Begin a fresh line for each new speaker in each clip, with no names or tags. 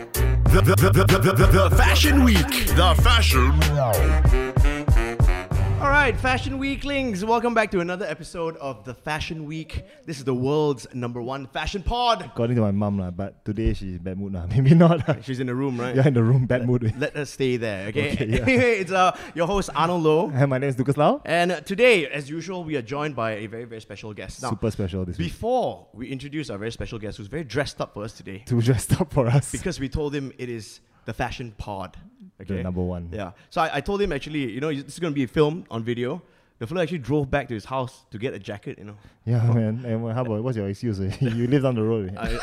The, the, the, the, the, the Fashion Week.
The fashion.
All right, Fashion Weeklings, welcome back to another episode of the Fashion Week. This is the world's number one fashion pod.
According to my mum, lah, but today she's in bad mood. Lah. Maybe not. lah.
She's in the room, right?
Yeah, in the room, bad mood.
Let us stay there, okay?
Okay, yeah.
anyway, it's uh, your host Arnold Low,
Hi, my name is Lucas
Eh,
Lau.
and uh, today, as usual, we are joined by a very very special guest. Now,
Super special this week.
before we introduce our very special guest, who's very dressed up for us today,
To dressed up for us.
because we told him it is the fashion pod. Okay,
number one.
Yeah. So I, I told him actually, you know, this is going to be filmed on video. The fellow actually drove back to his house to get a jacket. You know,
Yeah, man. And well, how about what's your excuse? eh? you live down the road. eh?
I,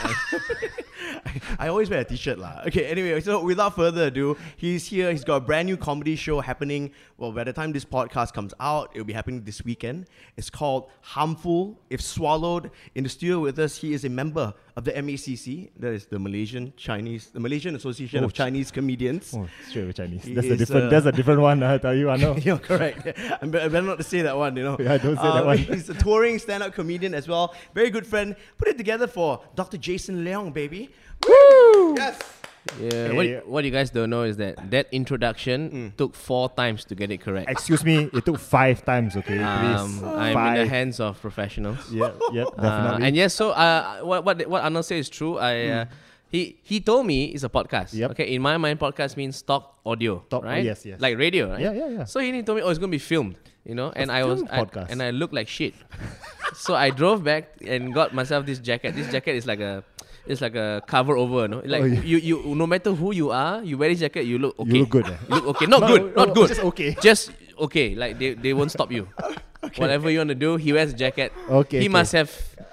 I, I always wear a t-shirt lah. Okay, anyway, so without further ado, he's here. He's got a brand new comedy show happening. Well, by the time this podcast comes out, it'll be happening this weekend. It's called Harmful If Swallowed. In the studio with us, he is a member of the MACC. That is the Malaysian Chinese, the Malaysian Association
Oh,
of
ch-
Chinese Comedians.
Oh, straight away Chinese.
He
That's a
is,
different.
uh,
that's a different one. I tell you, I know.
You're correct. I be- I better not to say that one, you know. Um,
Yeah, don't say that one.
He's a touring stand up comedian as well. Very good friend. Put it together for Dr. Jason Leong, baby. Woo! Yes!
Yeah,
Yeah. Mm.
what, what you guys don't know is that that introduction took four times to get it correct.
Excuse me. It took five times. Okay, please.
Um, I'm
five.
in the hands of professionals.
Yeah, yeah,
Uh,
definitely. Hmm.
and yes, so uh, what what what Arnold said is true. I uh, he he told me it's a podcast.
Yep.
Okay, in my mind, podcast means stock audio,
Stock-
right?
yes, yes.
Like radio, right?
Yeah, yeah, yeah.
So he told me, oh, it's gonna be filmed, you know, and I was
filmed
I-
podcast.
and I looked like shit. so I drove back and got myself this jacket. This jacket is like a. It's like a cover over, no? Like
Oh, yeah.
you, you, no matter who you are, you wear this jacket, you look okay.
You look good. eh?
You look okay. Not
No,
good.
no,
Not good.
just okay.
Just okay. Like they, they won't stop you. Whatever you want to do, he wears a jacket.
Okay,
He
okay.
must have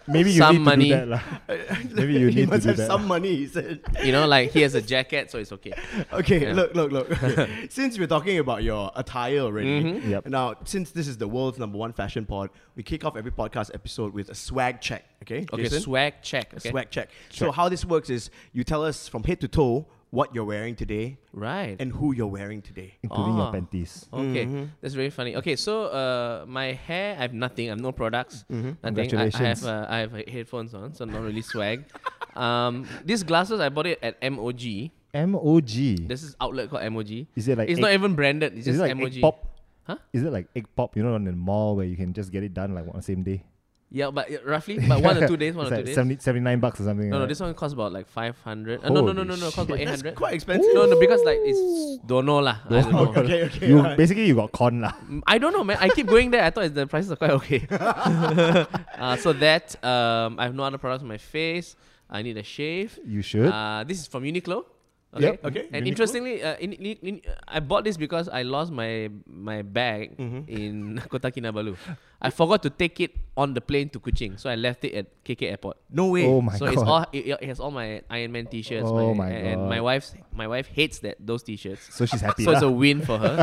Maybe you
some
need
money. Uh,
to do that, lah. Maybe you
he
need to
must
do
have
that.
some money, he said.
You know, like he has a jacket, so it's okay.
Okay,
Yeah.
look, look, look. Okay. since we're talking about your attire already,
Yep.
now, since this is the world's number one fashion pod, we kick off every podcast episode with a swag check, okay?
Okay,
Jason?
swag check. Okay?
Swag check. So, how this works is you tell us from head to toe what you're wearing today
Right.
and who you're wearing today.
including your
Ah.
panties.
okay,
Mm-hmm.
that's very funny. Okay, so uh, my hair, I have nothing. I have no products. Nothing. I, I
Mm-hmm. Congratulations.
have uh, I have uh, headphones on, so not really swag. um, these glasses I bought it at MOG.
M O G.
This is outlet called MOG.
Is it like
It's
egg-
not even branded. It's
Is
just
it like
MOG.
egg pop?
Huh?
Is it like egg pop? You know, on the mall where you can just get it done like on the same day.
Yeah, but uh, roughly, but one or two days, one
It's
or
like
two
70
days.
79 bucks or something.
No, no,
like
this
that.
one costs about like five hundred. Uh, no, no, no,
Holy
no, no, it costs about
shit.
eight
That's
hundred.
quite expensive.
No, no, because like it's don't know lah. I don't know.
Okay, okay.
You
alright.
basically you got con lah.
Mm, I don't know, man. I keep going there. I thought the prices are quite okay. uh, so that um, I have no other products on my face. I need a shave.
You should.
Uh, this is from Uniqlo.
Yep.
Okay,
And
Uniqlo.
interestingly, uh, in, in, in, I bought this because I lost my my bag
Mm-hmm.
in Kota Kinabalu. I forgot to take it on the plane to Kuching, so I left it at KK Airport.
No way.
oh my
so
god.
it's all it, it has all my Iron Man T-shirts.
Oh my
and
God.
my wife's my wife hates that those T-shirts.
so she's happy.
So it's
lah.
a win for her.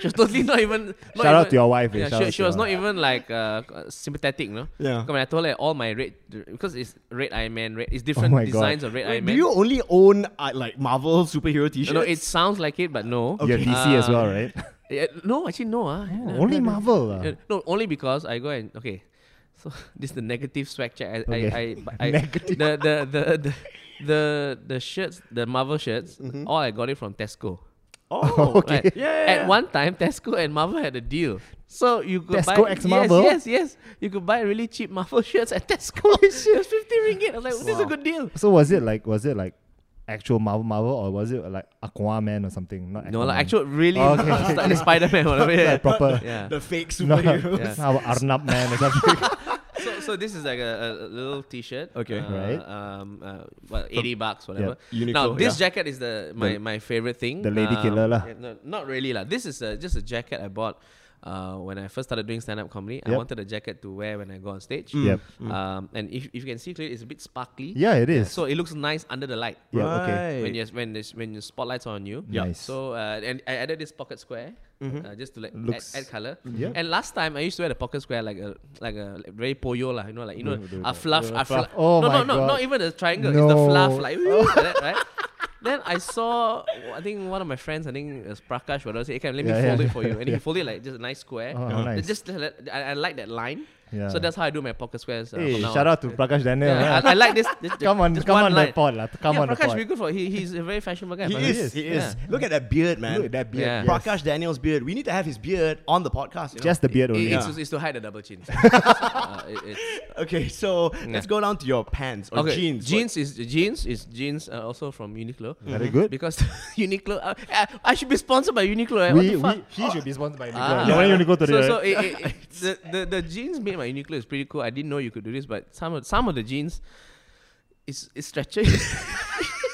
She's totally not even. Not
Shout out
even-
to your wife, eh,
Yeah,
shout
she,
out
she
to
was
your
not even like uh, sympathetic, no.
Yeah.
Because when I told her all my red because it's red Iron Man, red it's different
Oh my God.
designs of red
Wait,
Iron
do
Man.
you only own uh, like Marvel superhero t shirts?
no, no, it sounds like it, but no.
Oh.
You have DC as
Uh,
well, right?
Yeah, no, actually no. ah. No,
only
no, no.
Marvel lah.
Uh, No, only because I go and okay. So this is the negative swag check. I,
Okay.
I, I, but I
Negative.
The the the the the, the shirts, the Marvel shirts, all I got it from Tesco.
Oh,
Mm-hmm. Okay.
Right.
Yeah, yeah, yeah.
At one time, Tesco and Marvel had a deal. So you could
Tesco
buy
X Marvel?
Yes, yes, yes. You could buy really cheap Marvel shirts at Tesco. it was fifty ringgit. I was like, this is a good deal.
so was it like was it like actual Marvel Marvel or was it like Aquaman or something? Not
No, like
Aquaman.
actual really
Okay.
like Spider Man, whatever. Yeah.
like proper.
yeah.
the fake
No,
superhero.
Yeah.
our Arnab man or something.
So, so this is like a, a a little T-shirt.
Okay.
uh,
Right.
Um, uh, what, eighty bucks, whatever.
Uniqlo,
now this
yeah.
jacket is the my,
The-
my favorite thing. Um,
the lady killer lah.
yeah, No, not really lah. This is a, just a jacket I bought. Uh, when I first started doing stand-up comedy, I
Yep. Mm.
wanted a jacket to wear when I go on stage.
Yep.
Um, and if, if you can see clearly, it's a bit sparkly.
Yeah, it is.
So it looks nice under the light.
Yeah, okay.
When you when there's when your spotlights are on you.
Yeah. Nice.
So uh, and I added this pocket square. Uh, just to like
Mm-hmm. Looks- Mm-hmm.
add, add color.
Yeah.
And last time I used to wear the pocket square like a like a like very poyo lah, you know, like you know,
The- the-
a fluff,
the
a fluff.
Mm-hmm. fluff. Oh
no,
my
no, no,
God.
not even the triangle. It's the fluff
No.
like, like that, right? Then I saw, I think one of my friends, I think it's Prakash, whatever, said, hey, can let me
Yeah,
fold
yeah.
it for you. And he folded it like just a nice square.
Oh, nice.
Just, I, I like that line.
Yeah.
So that's how I do my pocket squares. Uh,
Hey,
from now
shout
on.
out to Prakash Daniel.
Yeah,
man.
I, I like this. this
come on,
this
come
one
on
line.
the pod, lah. Come
yeah,
on
Prakash,
the
we
pod.
good for. He, he's a very fashionable guy.
He
Prakash.
is. He is.
Yeah.
Look at that beard, man.
Look at that beard.
Yeah.
yes.
Prakash Daniel's beard. We need to have his beard on the podcast. you know?
Just the beard
It-
only.
it's,
Yeah.
it's to hide the double chin. Uh, it- it's-
Okay, so let's go down to your pants or
okay,
jeans.
Jeans is jeans is jeans uh, also from Uniqlo.
Very good.
Because Uniqlo, uh, uh, I should be sponsored by Uniqlo. eh? What
We,
the
we,
fuck?
he should be sponsored by
Ah.
Uniqlo. You want Uniqlo
so,
today,
so
right?
it, it, it- the, the the jeans made by Uniqlo is pretty cool. I didn't know you could do this, but some of some of the jeans is is stretchy.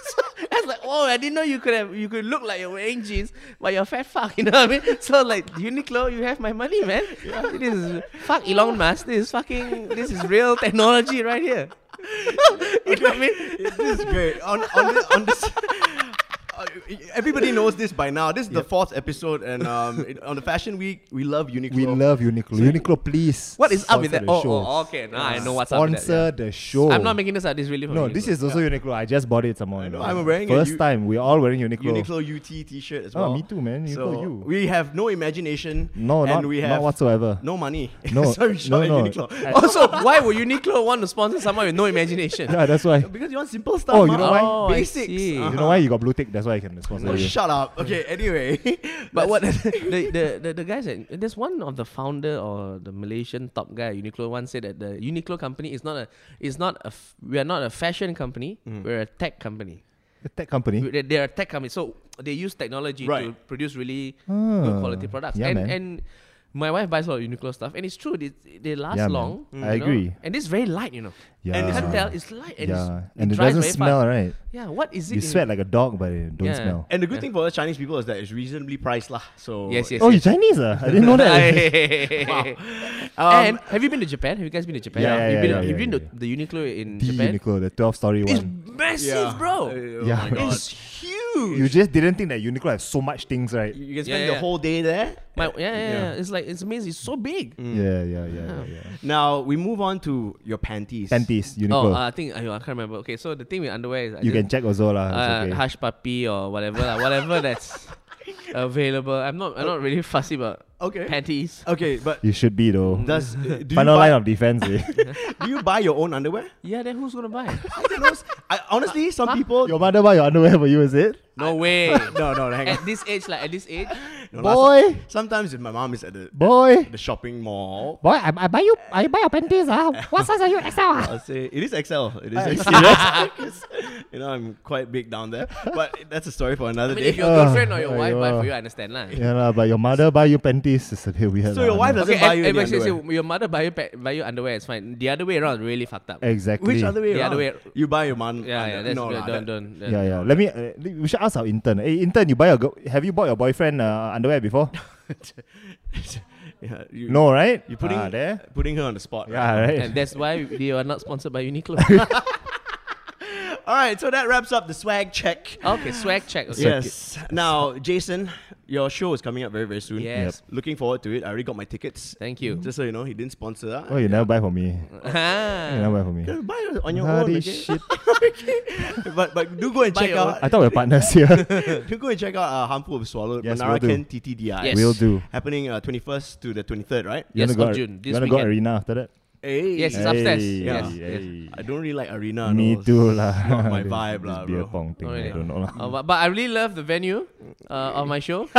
So, I was like, oh, I didn't know you could have you could look like you're wearing jeans, but you're a fat fuck. You know what I mean? So like Uniqlo, you have my money, man. This is fuck Elon Musk. This is fucking this is real technology right here. you know what I mean?
this is great. On on this, on this Uh, everybody knows this by now. This is the fourth episode, and um, it- on the fashion week, we love Uniqlo.
We love Uniqlo. Uniqlo, please.
What is up with that?
sponsor the
Oh,
show.
oh, okay. Now I know what's up with
Sponsor
that.
the
yeah.
show.
I'm not making this up. This is really from
No, this
Uniqlo.
is also Uniqlo. I just bought it some more. you
know,
know.
I'm wearing a
First
U-
time we all wearing Uniqlo.
Uniqlo UT T-shirt as
Oh,
well.
me too, man. Uniqlo
so
U.
we have no imagination.
No,
and
not,
we have
not whatsoever.
no money.
No,
so we
no,
shop at
no.
Uniqlo.
Also, why would Uniqlo want to sponsor someone with no imagination?
Yeah, that's why.
Because you want simple stuff.
Oh, you
huh?
know why?
Oh, I
Basics.
see.
You know why you got blue tick? That's why I can sponsor
Oh,
you.
shut up. Okay. Anyway,
But what the, the, the, the guys at there's one of the founder or the Malaysian top guy at Uniqlo one said that the Uniqlo company is not a is not a f- we are not a fashion company
Mm.
we're a tech company
A tech company.
they, they are a tech company so they use technology to
Right.
produce really good
Ah,
quality products
yeah,
and
man.
and my wife buys a lot of Uniqlo stuff and it's true they, they last
Yeah, man.
long
Mm.
you
I
know,
agree.
and it's very light you know
Yeah.
you can't tell it's light and, it's,
yeah. and it
dries
doesn't
very fast.
smell, right?
yeah what is it
You
in-
sweat like a dog, but it don't
Yeah.
smell.
and the good thing for us Chinese people is that it's reasonably priced, lah. So
yes yes
Oh, you
yes.
Chinese? ah? I didn't know that.
Wow.
Um,
Um, and have you been to Japan? Have you guys been to Japan?
Yeah, yeah,
you've
yeah,
been,
yeah,
you've
yeah,
been
yeah.
to the Uniqlo in
The
Japan.
Uniqlo, the 12 story
It's
one.
massive, bro.
Uh,
Yeah.
Oh my God.
it's huge.
You just didn't think that Uniqlo has so much things, right?
You can
Yeah,
spend the
yeah.
whole day there.
My, yeah, yeah, yeah, It's like it's amazing. It's so big.
Yeah, yeah, yeah, yeah. yeah.
Now we move on to your panties.
Panties,
Oh,
Uniqlo.
uh, I think I, I can't remember. Okay, so the thing with underwear is I
you
just-
can check also, lah. It's
uh,
okay.
hush puppy or whatever, lah, whatever that's available. I'm not, I'm not really fussy about
Okay.
panties.
Okay, but
You should be though.
Mm.
does uh, do you,
Final
buy,
line of defense. eh?
do you buy your own underwear?
Yeah, then who's gonna buy?
I don't know. I, honestly, some people.
your mother buy your underwear for you, is it?
No way.
no, no, hang on.
at this age, like at this age,
No, lah,
Boy,
so- sometimes if my mom is at the
boy,
the shopping mall,
boy! I, I buy you, I buy your panties. Ah, what size are you? XL. ah?
I'll say it is XL. It is XL. you know, I'm quite big down there, but that's a story for another
I mean,
day.
if your
Uh,
girlfriend or your
oh,
wife buy
yeah.
for you, I understand, lah.
Yeah, lah. But your mother buy you panties is a bit weird.
So
lah,
your wife
man.
doesn't buy you
eh,
any
but seriously,
underwear.
your mother buy you pa- buy you underwear. It's fine. The other way around, really fucked up.
Exactly.
Which other way around?
The other way-
You buy your mom.
yeah, yeah.
under-
That's
no,
don't,
lah,
don't,
that-
don't,
Yeah, yeah. Let me. Uh, we should ask our intern. Hey, intern, you buy your girl, have you bought your boyfriend uh, underwear before?
yeah, you,
no, right?
You're putting
ah, there.
putting her on the spot.
Yeah, right.
And that's why they are not sponsored by Uniqlo.
All right, so that wraps up the swag check.
Oh,
Ah, okay, swag check. Okay.
Yes. Now, Jason, your show is coming up very, very soon.
Yes.
Looking forward to it. I already got my tickets.
Thank you.
Just so you know, he didn't sponsor that.
oh, you never buy for me. You
Ah.
never buy for me.
Just Buy it on your
Bloody
own, okay?
shit.
but but do go and
Buy
check
your
out.
I thought we we're partners here.
do go and check out uh, Harmful of Swallowed,
Yes,
Manara
will do.
Ken TTDI.
Yes.
We'll do.
Happening uh, 21st to the 23rd, right?
Yes,
you wanna go,
of
ar-
June,
You
this
wanna go
weekend.
arena after that?
Hey.
Yes, it's upstairs. Yes,
Hey,
yes.
hey.
I don't really like arena.
Me
no.
too lah.
not my
This-
vibe
this
lah,
beer
bro.
pong thing,
Oh,
I
yeah.
don't know lah.
Uh, but, but I really love the venue uh, of my show. the,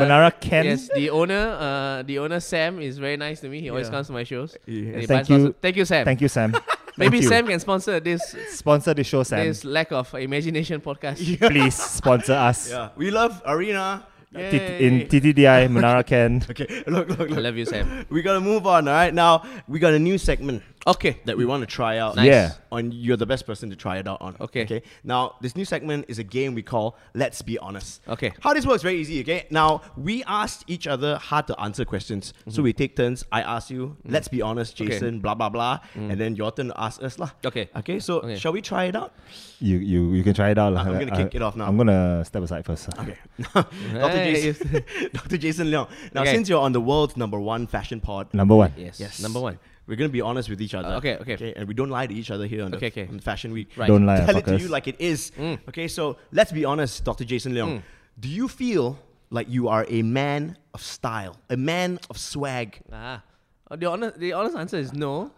Manara Ken.
Yes, the owner, uh, the owner Sam is very nice to me. He always comes to my shows.
Yeah.
And he
Thank
buys lots
you.
of- Thank you, Sam.
Thank you, Sam.
Maybe
Thank you.
Sam can sponsor this
sponsor the show, Sam.
this lack of imagination podcast.
Please sponsor us.
Yeah. We love arena.
T-
Yay.
in TTDI Manara Ken.
Okay, look, look,
I
look.
love you, Sam.
We gotta move on, all right? Now, we got a new segment
Okay.
that we want to try out.
Nice.
Yeah.
On you're the best person to try it out on.
Okay.
Okay. Now this new segment is a game we call Let's Be Honest.
Okay.
How this works very easy. Okay. Now we asked each other hard to answer questions, so we take turns. I ask you, Let's be honest,
Mm-hmm. Okay. Mm.
Jason. Blah blah blah, and then your turn to ask us lah.
Okay.
Okay. So
Okay.
shall we try it out?
You you you can try it out. lah.
I'm gonna
I-
kick
I-
it off now.
I'm gonna step aside first.
Okay. Dr.
Hey.
Jason, Dr. Jason Leong. Now
Okay.
since you're on the world's number one fashion pod,
Number one.
Yes.
Yes.
Number one.
We're gonna be honest with each other.
Uh, okay, okay.
And we don't lie to each other here on, the,
Okay, okay.
on Fashion Week.
Right. Mm.
Don't lie,
Tell it to
fuckers.
you like it is. Okay, so let's be honest, Dr. Jason Leong. Do you feel like you are a man of style, a man of swag?
Ah. Uh, The honest, the honest answer is no.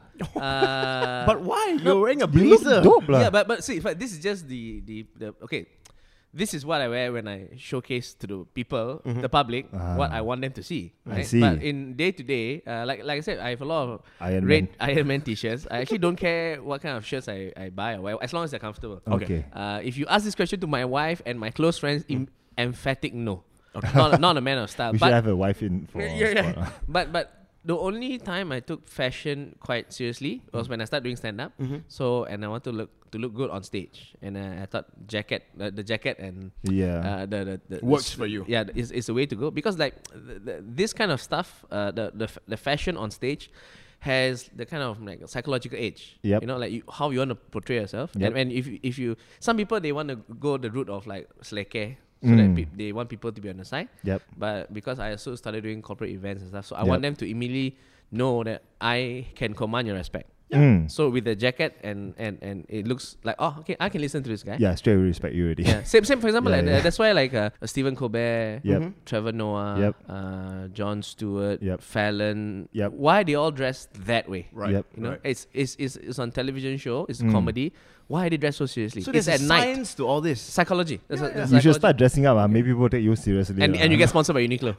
Uh,
But why? You're wearing a
You look
blazer.
dope lah.
yeah, but but see, but this is just the the, the okay. This is what I wear when I showcase to the people, the public, what I want them to see.
Mm-hmm. Ah. I
right?
see.
But in day to day, uh, like like I said, I have a lot of
Iron
red Iron Man t-shirts. I actually don't care what kind of shirts I, I buy or wear, as long as they're comfortable.
Okay. Mm.
Uh, if you ask this question to my wife and my close friends, em- emphatic no. Not, not a man of style.
we
but
should have a wife in for
yeah, yeah,
sport,
yeah.
ah.
but but the only time I took fashion quite seriously was
Mm-hmm.
when I started doing stand up. So and I want to look to look good on stage, and uh, I thought jacket uh, the jacket and
yeah.
uh, the, the, the
Works
the-
for you.
Yeah, it's it's a way to go because like the, the, this kind of stuff, uh, the the f- the fashion on stage. Has the kind of like psychological edge,
Yep.
you know, like you, how you want to portray yourself,
Yep.
and, and if you- if you some people they want to go the route of like sleke, so that
Mm.
peop they want people to be on the side,
Yep.
but because I also started doing corporate events and stuff, so
Yep.
I want them to immediately know that I can command your respect.
Mm.
So with the jacket and and and it looks like oh okay I can listen to this guy.
Yeah, straight away respect you already.
Yeah. Same same for example
Yeah,
like,
yeah.
uh, that's why like uh, Stephen
Yep.
Colbert,
Mm-hmm.
Trevor Noah,
Yep.
uh, John Stewart,
Yep.
Fallon.
Yep.
Why they all dressed that way?
Right.
Yep.
You know,
right.
it's, it's it's it's on television show. It's
Mm.
comedy. Why are they dressed so seriously?
So
it's
there's a
at night.
science to all this.
Psychology. There's a- there's
You should
psychology
start dressing up. ah. Maybe people take you seriously.
and,
ah.
and you get sponsored by Uniqlo,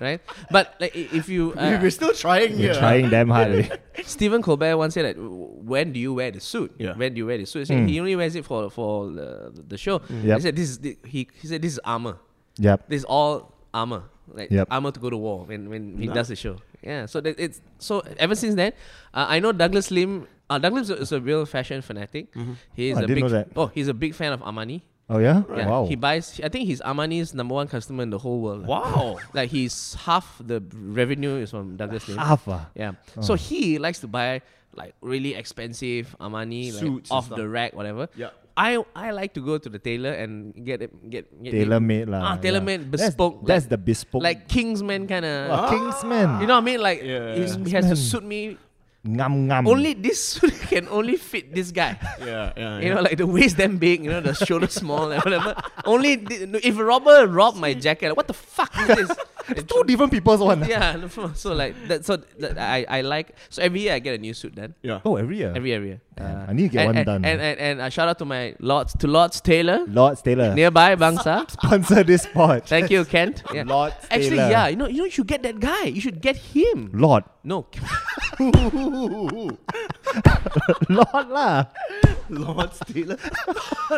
right? But like, i- if you
We- We're
uh,
still trying
You're
here.
trying damn hard. eh.
Stephen Colbert once said that "W- when do you wear the suit?
Yeah.
When do you wear the suit? He, said, he only wears it for for the, the show.
Hmm. Yep.
He said this is the, he he said this is armor.
Yep.
This is all armor. Like
Yep.
armor to go to war when when he does the show. Yeah. So that it's so ever since then, uh, I know Douglas Lim. Uh, Douglas is a real fashion fanatic. He is
Oh, I
a
didn't
big
know that.
oh he's a big fan of Armani.
Oh yeah.
Yeah,
Wow.
he buys. I think he's Armani's number one customer in the whole world.
Wow.
like he's half the revenue is from Douglas Lim.
Half, ah.
Yeah. So he likes to buy like really expensive Armani
Suits and
like, off
stuff.
the rack, whatever.
Yeah.
I I like to go to the tailor and get it get, get it-
Tailor made lah.
Ah, tailor made,
yeah.
bespoke.
That's, that's
like,
the bespoke.
like Kingsman kind of.
Wow, Kingsman.
You know what I mean? Like
Yeah.
he's- he has to suit me.
Ngam ngam.
Only this suit can only fit this guy.
Yeah, yeah,
You know, like the waist damn big, you know, the shoulder small and whatever. Only th- no, if a robber robbed my jacket, what the fuck is this? It's
two different people's one. ah.
yeah, no, f- so like that. So that I I like. So every year I get a new suit then.
yeah.
Oh, every year.
Every every year.
Damn, I need to get
and,
one
and,
done.
And and, and uh, shout out to my Lords to Lords Taylor
Lord Taylor.
nearby Bangsa.
Sponsor this spot.
Thank you, Kent. Yeah.
Lords
Actually,
Taylor.
yeah, you know, you know, you should get that guy. You should get him.
Lord.
No,
Lord lah.
Lord Taylor.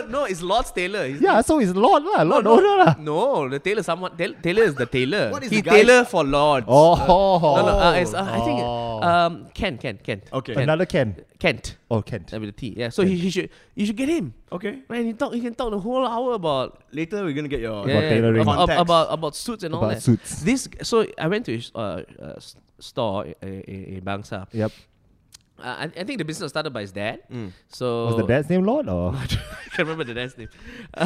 no, it's Lords Taylor. He's
Yeah, so it's Lord lah. Lord
no,
owner lah.
No, the tailor. Someone tail, tailor is the tailor.
What is
he
the guy-
tailor for lords.
Oh.
No, no, uh, it's, uh, I think
Oh.
um, Kent, Kent, Kent.
Okay.
Kent.
Another Ken.
Kent.
Oh, Kent.
That be the T. Yeah. So he, he should you should get him.
Okay.
Man, he talk. He can talk the whole hour about
Later we're gonna get your
yeah,
tailoring.
ab- ab-
Contacts.
about about suits and all
About
that.
suits.
This. So I went to his uh, uh, s- store i- i- in Bangsa.
Yep.
Uh, I, I think the business was started by his dad. So
Mm. Was the dad's name Lord or?
I can't remember the dad's name.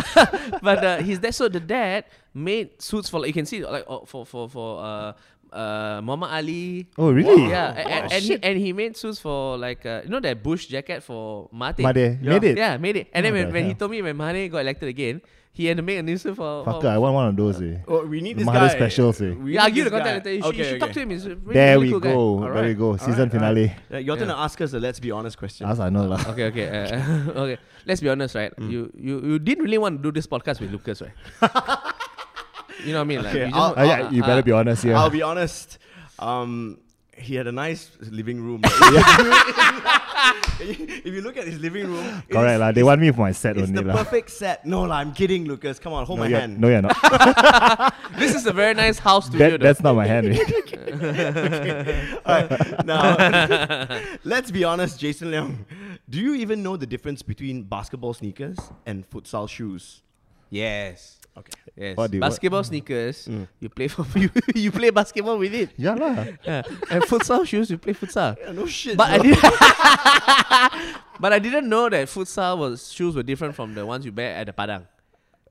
but uh, his dad, so the dad made suits for like, you can see like uh, for for for uh, uh, Mama Ali.
Oh, really? Oh,
Yeah, a- a- and, he, and he made suits for like uh, you know that bush jacket for Mate.
Made. Made it?
Yeah, made it. And then
Oh,
when,
the
when he
hell.
told me when Mane got elected again, he had to make a new suit for.
Fucker,
for
I want one of those. Eh.
Oh, we need
The
this guy.
Mahalo specials, eh?
We need
yeah, argue the
this guy.
contact later. You, should- you should talk to him. He's a really,
There
really
we
cool guy.
go.
All
There
right,
we go.
all
Season
right, all
finale.
Yeah, you're
Yeah.
gonna ask us a let's be honest question.
As I know lah.
Okay, okay, uh, okay. Let's be honest, right?
Mm.
You, you, you didn't really want to do this podcast with Lucas, right? you know what I mean? Like,
Okay,
you
I'll-
just-
Ah, yeah, you better be honest here.
I'll be honest. Um, he had a nice living room. if you look at his living room, it
Correct
is-
lah. They want me for my set
It's
only
the
lah.
perfect set. No lah, I'm kidding, Lucas. Come on, hold
No,
my
you're,
hand.
no, you're not.
This is a very nice house studio.
that,
though.
that's not my hand. eh.
All right, now, let's be honest, Jason Leong. Do you even know the difference between basketball sneakers and futsal shoes?
yes. Okay. Yes.
What Mm. do you- what-
basketball sneakers. You play for you, you play basketball with it.
yeah lah.
Yeah. And futsal shoes. You play futsal.
Yeah, no shit.
But I
bro.
didn't. but I didn't know that futsal was shoes were different from the ones you wear at the padang.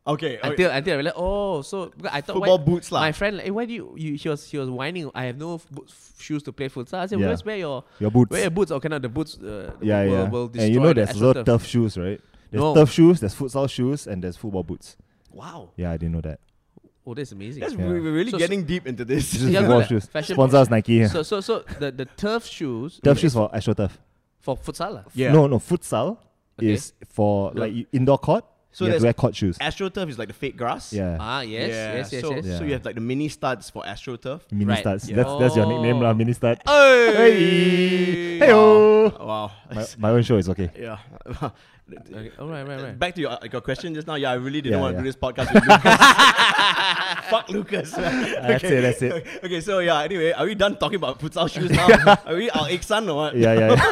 okay, okay.
Until until I realized, oh, so because I thought
Football
why-
boots lah.
My friend, like, "Eh, why do you, you? He was he was whining. I have no f- boots- f- shoes to play futsal. I said,
Yeah.
where's where your
Your boots.
Where your boots? Oh, cannot the boots. Uh, the
yeah,
will,
yeah.
Will destroy
and you know,
the
there's
astroturf."
also tough shoes, right? There's
No.
tough shoes, there's futsal shoes, and there's football boots.
Wow.
Yeah, I didn't know that.
Oh, Oh, that's amazing.
That's,
Yeah.
We're we're really
So- so-
getting deep into this.
This is
Yeah,
for
good
golf
lah.
shoes.
Fashion-
Sponsor us Nike.
So so so the the turf shoes.
Turf shoes for Astro Turf.
for futsal. lah.
yeah.
No, no, futsal
Okay.
is for like you- indoor court.
So
So you have
there's-
to wear court shoes.
AstroTurf is like the fake grass.
Yeah.
Ah yes
Yeah,
yes yes
so,
yes.
so you have like the mini studs for AstroTurf.
Mini
Right.
studs.
Yeah.
That's that's your nickname,
Oh.
lah. Mini stud.
Hey.
Hey yo.
Wow.
My, my own show is okay.
yeah.
Okay, all right, right, right.
Back to your, like, your question just now. Yeah, I really didn't
Yeah,
want to
yeah.
do this podcast with Lucas. Fuck Lucas.
That's it. That's it.
Okay, so yeah, anyway, are we done talking about futsal shoes now? are we our Iksan or what?
Yeah, yeah. yeah.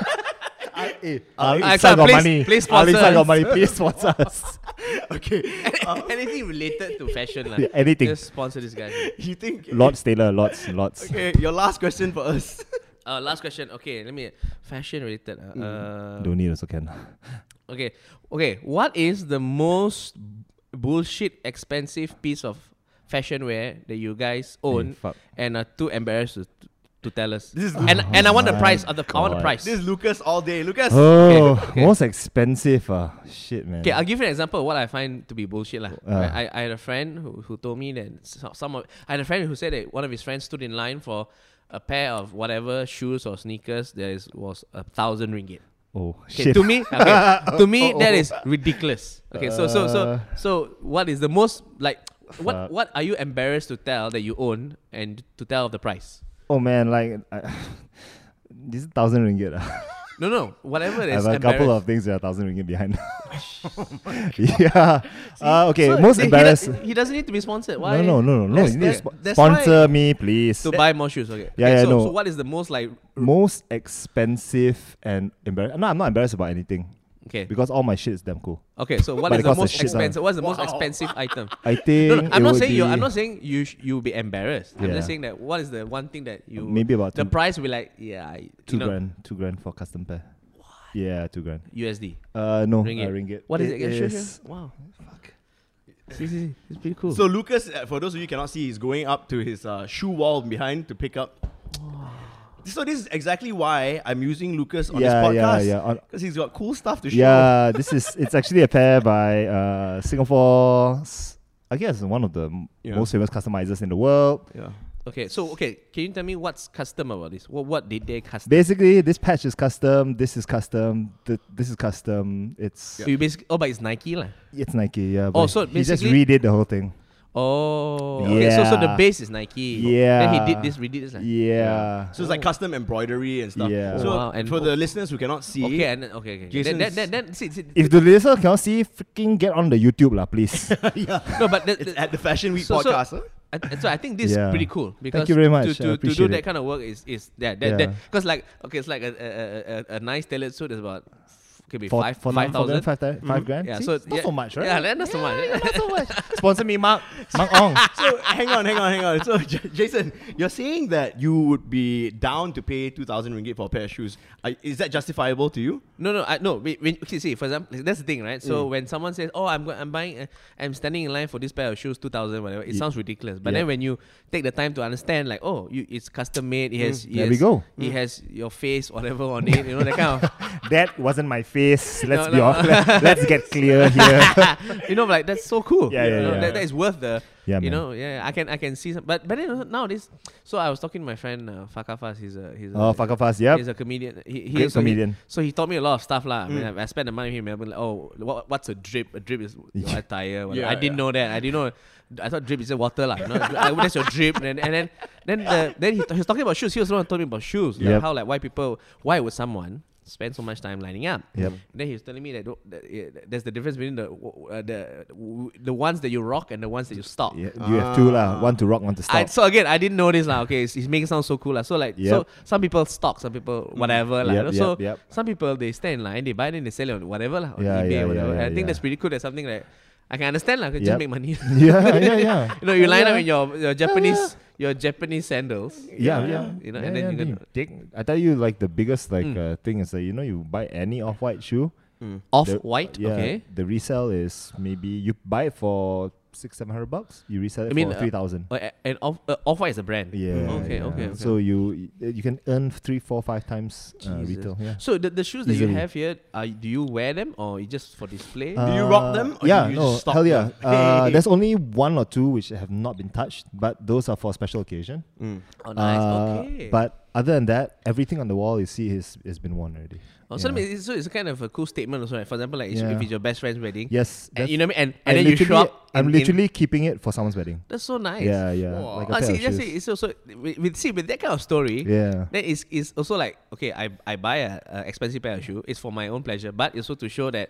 Ali
Ah,
Iksan
Iksan,
got
please-
money.
please
Ali
sponsor
Iksan got
us.
money. Please sponsor us.
Okay. Uh,
Anything related to fashion, lah.
Yeah, anything.
Just sponsor this guy.
you think.
Lots, Taylor. Lots, lots.
Okay, your last question for us.
Uh, last question. Okay, let me fashion related. ah. Uh,
Don't need also can.
Okay, okay. What is the most bullshit expensive piece of fashion wear that you guys own
fuck.
and are too embarrassed to, to tell us?
This is
and and I want the
my
price. Of the, I want the
God.
price.
This is Lucas all day. Lucas.
Oh,
okay.
most expensive. Uh. Shit, man.
Okay, I'll give you an example of what I find to be bullshit. lah.
Uh.
I, I, I had a friend who, who told me that so- some of, I had a friend who said that one of his friends stood in line for a pair of whatever shoes or sneakers that is, was a thousand ringgit.
oh,
Okay,
shit. Oh.
to me, okay, to me that is ridiculous. Okay, so so so so what is the most like what
Uh. Fuck.
what are you embarrassed to tell that you own and to tell the price?
Oh, man. Like, I, this is thousand ringgit. Uh.
No, no, whatever it
I
is.
have a couple
embarrassed- Oh
of things that are thousand ringgit behind. yeah. uh, okay.
So
most
he- he
embarrassed.
does- He, doesn't need to be sponsored. Why?
No, no, no, no, no.
That's-
You need to
that-
sp-
that's
sponsor
why-
me, please.
to buy more shoes. Okay.
Yeah,
Okay,
yeah,
so,
no.
so what is the most like?
most expensive and embarrassed. No, I'm not embarrassed about anything
Okay.
because all my shit is damn cool.
Okay. So what
But
is
it
the
costs a
most
shit ton.
expensive? What's the most expensive item?
I think.
No, no, I'm
it
not
would
saying you. I'm
be-
not saying you. Sh- you'll be embarrassed. I'm
Yeah.
just saying that what is the one thing that you
Maybe about
the
two-
price will be like yeah I,
Two
you know,
grand. Two grand for custom pair. Yeah, two grand.
USD
Uh, no,
ringgit.
Uh, ringgit.
What is it? Yeah, sure, sure.
is-
Wow. Fuck. See, see, see. It's pretty cool.
So Lucas, uh, for those of you who cannot see, he's going up to his uh, shoe wall behind to pick up. So this is exactly why I'm using Lucas on
Yeah,
this
yeah,
podcast.
yeah, on-
Because he's got cool stuff to show.
Yeah, this is. It's actually a pair by uh Singapore's. I guess one of the m
Yeah.
most famous customizers in the world.
Yeah.
okay. So okay. Can you tell me what's custom about this? What what did they custom?
Basically, this patch is custom. This is custom. Th- this is custom. It's
So you basically oh, but it's Nike lah.
it's Nike. Yeah. but
Oh, so
he just
basically-
redid the whole thing.
Oh. Okay. So so the
Yeah.
base is Nike. Then he
Yeah.
did this. Redid this. Like,
Yeah.
So it's like custom embroidery and stuff.
Yeah.
So
Wow, and- oh.
for the listeners who cannot
E.
see,
Okay, and then, okay, okay.
Jason
Jason then,
is-
then, then, then, see, see,
If the listener cannot see, freaking get on the YouTube lah, please.
no, but that,
it's
that-
at the Fashion Week
So- so-
podcast. huh?
I, th- so I think this is
Yeah.
pretty cool because
you very much. I
to, to, to do
appreciate
that
it.
kind of work is is yeah that
Yeah.
because like okay it's like a a, a, a, a nice tailored suit is about could be
For,
five
for
five
now, for them,
thousand Mm-hmm.
five, thou- five grand.
yeah
See,
so
it's not
yeah,
so much, right?
yeah that- not so much
not so much. Sponsor me, Mark. Mark Ong.
so hang on, hang on, hang on. So J- Jason, you're saying that you would be down to pay two thousand ringgit for a pair of shoes. Are, is that justifiable to you?
No, no, I, no. When, when, okay, see, for example, that's the thing, right? So when someone says, "Oh, I'm go- I'm buying, uh, I'm standing in line for this pair of shoes, two thousand, whatever," it sounds ridiculous. But
Yeah.
then when you take the time to understand, like, oh, you, it's custom made. It has, it
Mm. There we
has-
go.
It has your face, whatever on it. You know that kind of.
That wasn't my face. Let's
No,
be
no.
honest. Let, let's get clear here.
you know, like that's so cool.
Yeah,
You
yeah,
know,
yeah.
That, that is worth the.
Yeah,
you
man.
know, yeah, I can, I can see some, but but then also nowadays, so I was talking to my friend uh, Fakafas. He's a, he's a,
oh, fuck off us. Yep.
He's a comedian. He, he
Great
so he-
comedian.
so he taught me a lot of stuff, lah. I mean,
Mm.
I, I spent the money with him. in Melbourne. Like, oh, what, what's a drip? A drip is your attire. whatever.
Yeah,
I didn't
yeah.
know that. I didn't know. I thought drip is a water, lah. You know, like, that's your drip. And, and then, then, the, then he, he was talking about shoes. He was the one who told me about shoes. like
Yep.
how like why people, why would someone spend so much time lining up?
Yep.
Then he was telling me that, tho- that, uh, there's the difference between the w- uh, the w- the ones that you rock and the ones that you stop.
Yeah, you have two lah. One to rock, one to
I,
stop.
so again, I didn't know this now. Okay, it's, it's making it sound so cool. lah. So like, so
Yep. Mm.
some people stock, some people whatever. like,
Yep,
you know,
yep,
so
yep.
some people they stand in line, they buy, then they sell it on whatever lah, on
Yeah,
eBay
yeah,
or whatever.
yeah, yeah,
I think
yeah.
that's pretty cool. That's something that I can understand. Like, just
Yep.
make money.
yeah, yeah, yeah.
you know, you line
yeah.
up in your your Japanese your Japanese sandals.
Yeah, yeah,
You Hmm. know,
yeah,
and
yeah,
then
you
you can-
take. I tell you, like the biggest like uh, thing is that you know you buy any off white shoe,
Off
The-
white.
yeah,
Okay.
The resale is maybe you buy it for six, seven hundred bucks. You resell it
I mean,
for
uh,
three thousand.
Oh, a- and off uh, off white is a brand.
yeah.
Okay,
yeah.
okay, okay.
So you you can earn three, four, five times uh,
Jesus.
retail. Yeah.
So the, the shoes that you
Easily.
have here, are, do you wear them or you just for display?
Do you rock
Uh,
them or
yeah,
you
no,
just stop
hell yeah.
them?
Uh, there's only one or two which have not been touched, but those are for special occasion.
oh, nice.
Uh,
okay.
But other than that, everything on the wall you see is has been worn already.
oh, so, that
yeah.
means it's, so it's kind of a cool statement also, right? For example, like
Yeah.
if it's your best friend's wedding,
Yes,
and
that's-
you know what I mean, and,
I
and then you show
literally-
up.
I'm
in- in-
literally keeping it for someone's wedding.
that's so nice.
Yeah, yeah.
Wow.
Like a
Oh,
pair
see,
of
that's
shoes.
it. It's also with, with see with that kind of story.
Yeah.
Then it's, it's also like okay, I I buy a, a expensive pair of shoe. It's for my own pleasure, but it's also to show that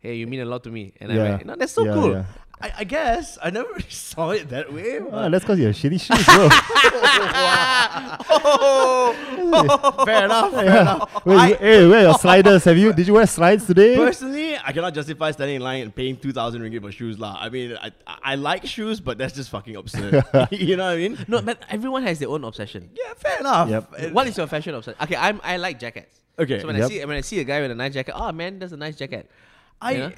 hey, you mean a lot to me, and I
Yeah.
went, no, that's so
Yeah,
cool.
yeah.
I, I guess I never really saw it that way. but-
Ah, that's because you have shitty shoes, bro.
fair enough. Fair enough.
Wait,
I-
hey, where are your sliders? Have you? Did you wear slides today?
Personally, I cannot justify standing in line and paying two thousand ringgit for shoes, lah. I mean, I I like shoes, but that's just fucking absurd. you know what I mean?
No, but everyone has their own obsession.
Yeah, fair enough.
Yep.
And-
What is your fashion obsession? Okay, I'm I like jackets.
Okay,
So when I
yep.
see when I see a guy with a nice jacket, oh man, that's a nice jacket.
I,
You know?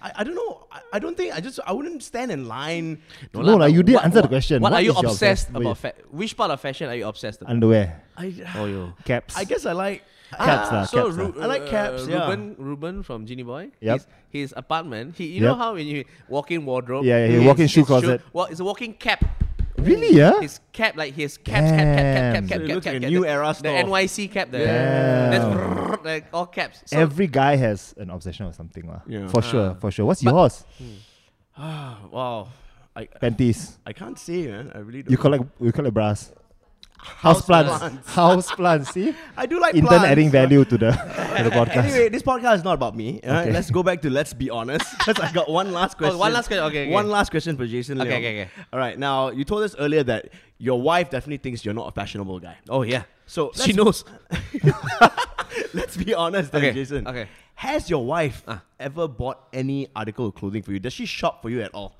I I don't know. I, I don't think I just I wouldn't stand in line.
No, lah, you did answer the question.
What,
What
are you
is your
obsessed
obsession?
about? Fa- which part of fashion are you obsessed about?
Underwear,
I
oh yo.
caps.
I guess I like. I-
Caps lah,
so
caps lah.
Ru-
I like caps, yeah.
Uh, Ruben, Ruben from Genie Boy.
Yep.
His, his apartment. He, you know
Yep.
how when you walk in wardrobe.
Yeah, yeah, he
his-
walk in
his
shoe closet.
well, it's a walking cap.
Really, yeah?
His cap, like his caps, cap, cap, cap, cap,
Damn.
cap,
So it
cap,
looks
cap,
like a
cap,
new
the-
era
The
store.
NYC cap there.
Damn.
That's like all caps. So
Every guy has an obsession with something, lah.
Yeah.
For sure, for sure. What's yours?
ah, wow. I
Panties.
I can't say, man. I really don't.
You collect. You collect brass. House plants.
plants.
House plants. See,
I do like
intern
plants.
adding value to the to the podcast.
Anyway, this podcast is not about me. alright?
Okay.
Let's go back to let's be honest. 'cause I got one last
Oh,
question.
one last question. Okay, okay.
One last question for Jason.
Okay,
Leong.
okay, okay.
All right. Now you told us earlier that your wife definitely thinks you're not a fashionable guy.
Oh yeah.
So
She
let's-
knows.
Let's be honest, then,
Okay,
Jason.
okay.
Has your wife
Ah.
ever bought any article of clothing for you? Does she shop for you at all?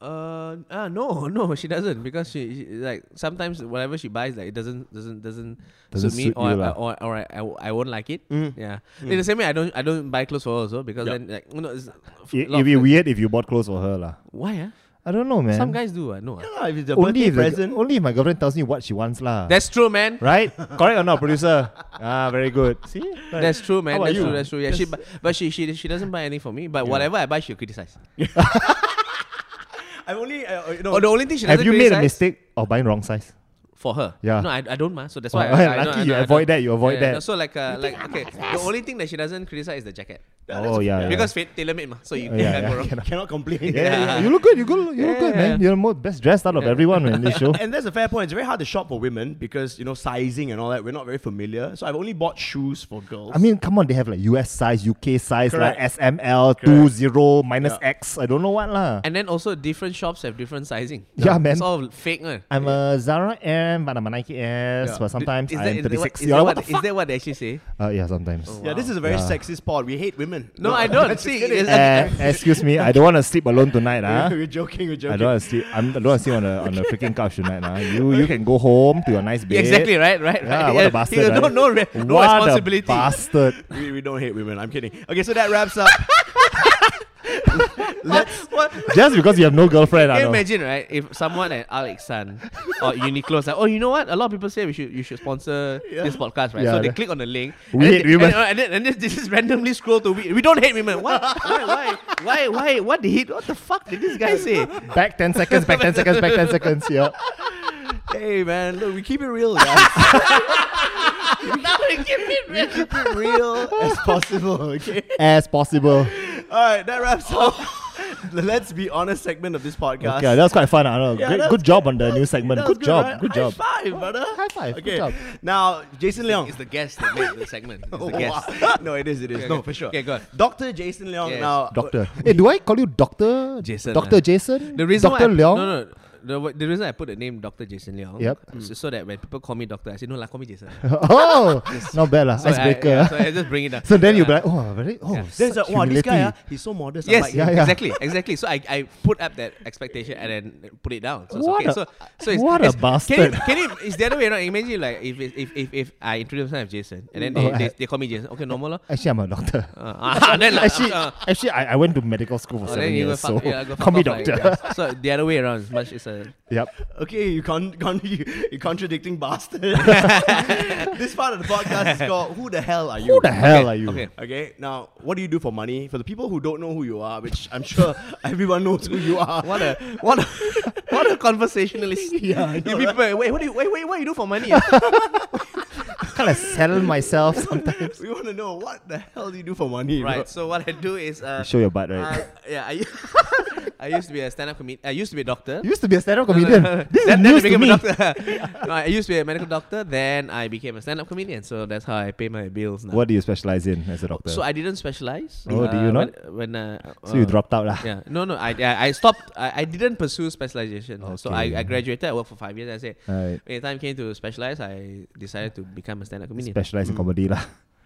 Uh, uh no, no, she doesn't because she, she like sometimes whatever she buys like it doesn't doesn't doesn't,
Doesn't
suit me
suit
or,
you
I,
lah. Mm.
or or I, I, w- I won't like it. Yeah, in the same way I don't I don't buy clothes for her also because
Yeah.
then like you know it's f-
It,
lot
it'd be
of-
weird if you bought clothes for her, lah.
Why? ah?
I don't know, man.
Some guys do. I know. ah.
Yeah, if it's a
only
birthday
if the-
present.
only if my girlfriend tells me what she wants, lah.
That's true, man.
right? Correct or not, producer? Ah, very good. See, Right.
That's true, man.
How about
That's
you?
true. That's true. Yeah, she bu- but she she she doesn't buy anything for me. But whatever I buy, she'll criticize.
I've only uh, you know,
Oh, the only thing she
Have
doesn't
you made a
criticize-
mistake of buying wrong size?
for her.
Yeah.
No, I, I don't, ma. So that's
Oh,
why. I,
eh,
I,
lucky
don't- I,
you
don't- I
avoid
don't-
that, you avoid
Yeah, yeah,
that.
So like, uh, like okay, the only thing that she doesn't criticize is the jacket.
oh yeah, yeah.
Because fit tailor made, ma. So you
Oh, yeah,
can't
yeah,
go wrong.
cannot-
cannot complain.
Yeah, yeah, yeah. you look good. You good. You look
Yeah,
good,
yeah,
man.
yeah.
You're the most best dressed out of everyone in this show.
And that's a fair point. It's very hard to shop for women because you know sizing and all that. We're not very familiar. So I've only bought shoes for girls.
I mean, come on, they have like US size, UK size, like
Correct.
SML two zero minus X. I don't know what lah.
And then also different shops have different sizing.
Yeah, man.
It's all fake, man.
I'm a Zara M, but I'm a Nike S,
Yeah.
but sometimes I'm
that
thirty
what,
six.
is, that
what
what,
the
is Oh. that what they actually say?
Uh, yeah, sometimes.
yeah, this is a very
Yeah.
sexist pod. We hate women.
No, I don't. See, it's-
Eh, excuse me, I don't want to sleep alone tonight, ah.
we're joking. We're joking.
I don't want to sleep. I'm, I don't want to sleep on the on the freaking couch tonight. Nah. You you can go home to your nice bed.
Exactly, right? Right?
Yeah,
right.
what
Yeah,
a bastard.
he-
right?
No, no, re- no
what
responsibility.
A bastard.
we, we don't hate women. I'm kidding. Okay, so that wraps up.
What?
Just because you have no girlfriend, I
Can you
know.
imagine, right? If someone at Alex Sun or Uniqlo's like, oh, you know what? A lot of people say we should you should sponsor this podcast, right?
Yeah,
so they
the-
click on the link.
We
and
hate
then-
women.
And, and then, and then they just randomly scroll to we, we don't hate women. What? why? Why? Why? Why? What did he? What the fuck did this guy say?
Back ten seconds. Back ten seconds. Back ten seconds. Yeah.
hey, man, look, we keep it real, guys.
now they give it,
we
man.
keep it real as possible. Okay.
As possible.
All right, that wraps up. the Let's be honest segment of this podcast.
Okay, that was quite fun. I know.
Yeah,
Great,
that
good
was
job on the new segment.
That was
Good job.
right?
Good job.
High five, brother.
High five. Good
Okay.
job.
Now, Jason Leong.
It's the guest that made the segment. It's the
Oh, Wow.
guest.
no, it is. It is.
Okay,
No,
okay.
for sure.
Okay, go on.
Doctor Jason Leong.
Yes.
Now, uh,
Doctor. Hey, do I call you Doctor
Jason,
Doctor
ah.
Jason.
The reason
Doctor
why I-
Leong.
No, no. the, wa- the reason I put the name Doctor Jason Leong,
Yep.
is so, that when people call me Doctor, I say no lah, call me Jason.
oh, not bad lah.
So I,
Icebreaker.
yeah, so I just bring it up.
so then you'll be
Yeah.
like, oh, very, oh,
Yeah.
Then it's
such
like, wow, this guy, ah,
humility."
uh,
he's so modest. I
Yes,
like him.
Yeah, yeah.
exactly, exactly. So I, I put up that expectation and then put it down. So it's
What
okay.
a-
so, so it's,
what a
it's,
bastard.
Can you, can you, it's the other way around. Imagine like if if if, if, if I introduce myself as Jason and then they,
Oh, I-
they, they call me Jason. Okay, normal lah.
Actually, I'm a doctor.
Uh, then like,
actually,
uh,
actually, I, I went to medical school for
oh,
seven
then you go
years, so
fuck, yeah, go fuck
call me
off, like,
doctor.
yeah. so the other way around, is much it's a
yep.
Okay, you con- con- you, you contradicting bastard. this part of the podcast is called "Who the hell are you?"
Who the hell are you?
okay.
Okay, now what do you do for money? For the people who don't know who you are, which I'm sure everyone knows who you are.
What a what a what a conversationalist.
Yeah, I
You
know,
people, wait, what do you wait, wait, what do you do for money?
kind of sell myself sometimes.
We want to know what the hell do you do for money,
right. So what I do is uh,
Show your butt, right?
uh yeah, I, I used to be a stand-up comedian. I used to be a doctor.
you used to be a stand-up
No, no,
comedian.
no, no.
This is
Then- then I
news to
became a
me.
doctor. No, I used to be a medical doctor. Then I became a stand-up comedian. So that's how I pay my bills now.
What do you specialize in as a doctor?
So I didn't specialize.
Oh, do you not?
When, when uh,
So you
uh,
dropped out lah.
Yeah, no, no. I I, I stopped. I, I didn't pursue specialization. So I,
Okay. Uh.
I graduated. I worked for five years. I said
Alright.
when the time came to specialize, I decided to become a stand-up comedian.
Specialize in comedy lah.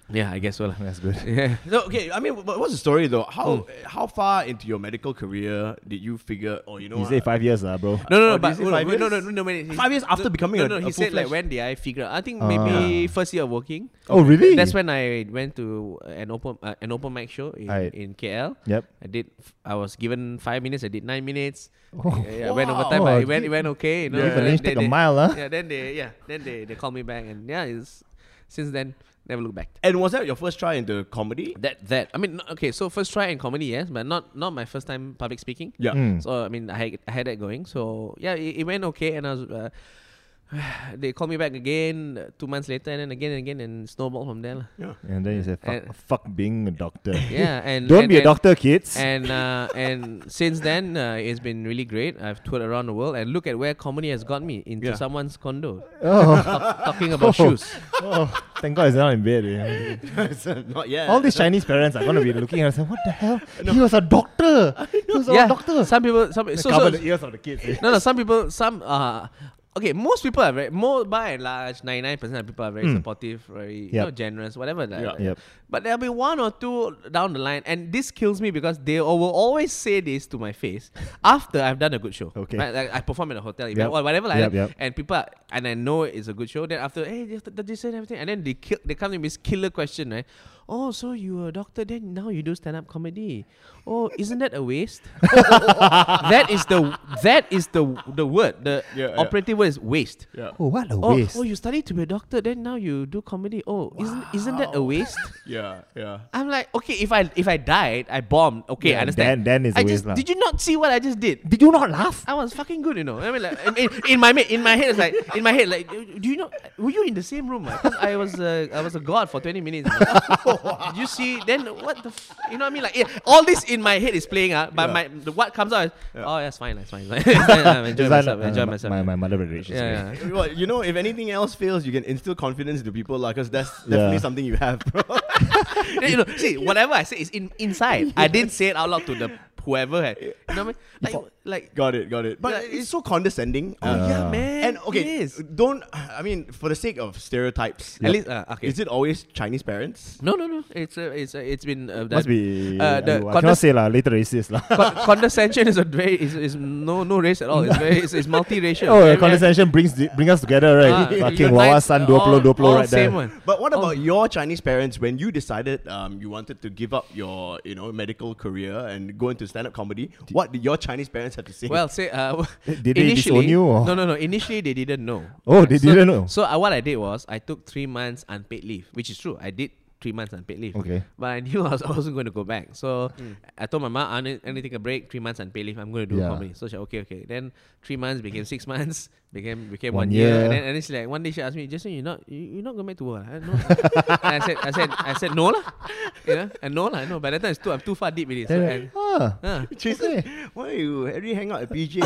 yeah, I guess so. lah.
That's good.
Yeah.
No, okay. I mean, but what's the story though? How how far into your medical career did you figure? Oh, you know,
You
what?
say five years lah, bro.
No,
Oh, did you
no, no, but
say
no,
five
no, no, no,
years?
no, no, many-
Five years after becoming
no,
a-
no,
a
he said like
full-fledged-
when did I figure? out? I think
Ah.
maybe first year of working.
Oh really?
That's when I went to an open uh, an open mic show in,
Right.
in KL.
Yep.
I did. I was given five minutes. I did nine minutes.
Oh.
Yeah, I went
Wow.
over time, but
Oh,
it went it went okay. You know,
Give an inch,
They-
take a
they-
mile lah.
Yeah. Then they yeah. Then they they called me back and yeah. It's, since then never looked back.
and was that your first try into comedy?
That that I mean no- okay. So first try in comedy yes, but not not my first time public speaking.
Yeah.
Mm.
So I mean, I had, I had that going. So yeah, it, it went okay, and I was. Uh, they called me back again uh, two months later, and then again and again, and snowball from there. lah.
And then you say, fuck,
And-
fuck being a doctor.
Yeah, and
Don't
and-
be a
and-
doctor, kids.
And uh, and since then, uh, it's been really great. I've toured around the world, and look at where comedy has got me into
Yeah.
someone's condo,
oh,
Talk- talking about shoes.
oh, thank God it's not in bed. eh.
Not yet.
All these Chinese parents are going to be looking at us and what the hell? He was a doctor. He was
yeah,
a doctor.
some people, some
They
so,
cover
so,
the ears of the kids. eh.
no, no, some people, some uh okay, most people are very more by and large, ninety nine percent of people are very supportive, very you
Hmm. Yep.
know, generous, whatever. Like,
Yeah.
Yep.
But there'll be one or two down the line, and this kills me because they all will always say this to my face after I've done a good show.
Okay.
Right? Like, I perform in a hotel event
Yep.
or whatever, like
Yep,
that,
yep.
and people are, and I know it's a good show. Then after, hey, just the this and everything, and then they kill, they come to me this killer question, right? Oh, so you were a doctor, then now you do stand up comedy. Oh, isn't that a waste? that is the that is the the word. The
Yeah, yeah.
operative word is waste.
Yeah.
Oh, what a
Oh,
waste.
oh, you studied to be a doctor, then now you do comedy. Oh, isn't isn't that a waste?
Yeah. Yeah.
I'm like, okay, if I if I died, I bombed. Okay,
Yeah,
I
then-
understand.
then it's a
I
waste
just,
lah.
Did you not see what I just did?
Did you not laugh?
I was fucking good, you know. I mean, like, in, in- in my ma- in my head, it's like in my head, like, do you know? Were you in the same room? Because I was uh, I was a god for twenty minutes. Did you see? Then what the? F- you know what I mean? Like yeah, all this in my head is playing out, but
Yeah.
my the, what comes out? Is, Oh, that's fine. That's fine. That's fine. I'm enjoying
Just like-
myself.
uh,
enjoy
my-
myself.
My, my mother very racist.
yeah, yeah.
Well, you know, if anything else fails, you can instill confidence to people, like, cause that's definitely
Yeah.
something you have, bro.
Then, you know, see, whatever I say is in inside. I didn't say it out loud to the whoever had. You know what I mean? Like, like
got it, got it. But
Yeah,
it's, so condescending.
oh
Uh,
yeah, man.
And okay,
it is.
don't. I mean, for the sake of stereotypes,
At least, uh, okay.
Is it always Chinese parents?
No, no, no. It's uh, it's uh, it's been
Must
uh, that-
be.
uh, the
I cannot
condes-
say lah. Later racist lah.
con- condescension is a very is, is no no race at all. It's very it's, it's multiracial.
Oh,
Every-
condescension brings the, bring us together,
Ah,
right?
you
Fucking
unite
Wawa San
all-
Doplo Doplo
all
right
same
there.
One.
But what about your Chinese parents when you decided um, you wanted to give up your you know medical career and go into stand up comedy? What did your Chinese parents have to say?
Well, say uh,
Did they
initially,
disown you or-
No, no, no. Initially, they didn't know.
Oh, they
So-
didn't know.
So uh, what I did was I took three months unpaid leave, which is true. I did three months unpaid leave.
Okay.
But I knew I, was, I wasn't going to go back. So I told my "Ah, mom, I'm going to take a break, three months unpaid leave. I'm going to do
Yeah.
comedy. So she said, okay, okay. Then three months became six months. Became became
One
one, year.
year.
and then and then she like one day she asked me, Jason, you're not you, you're not going back to work. ah?" I, no. and I said I said I said no lah, you know, and no lah, no. By that time it's too I'm too far deep in it. So,
Then,
and,
ah,
ah.
Jason,
Okay.
why you every hang out at PJ?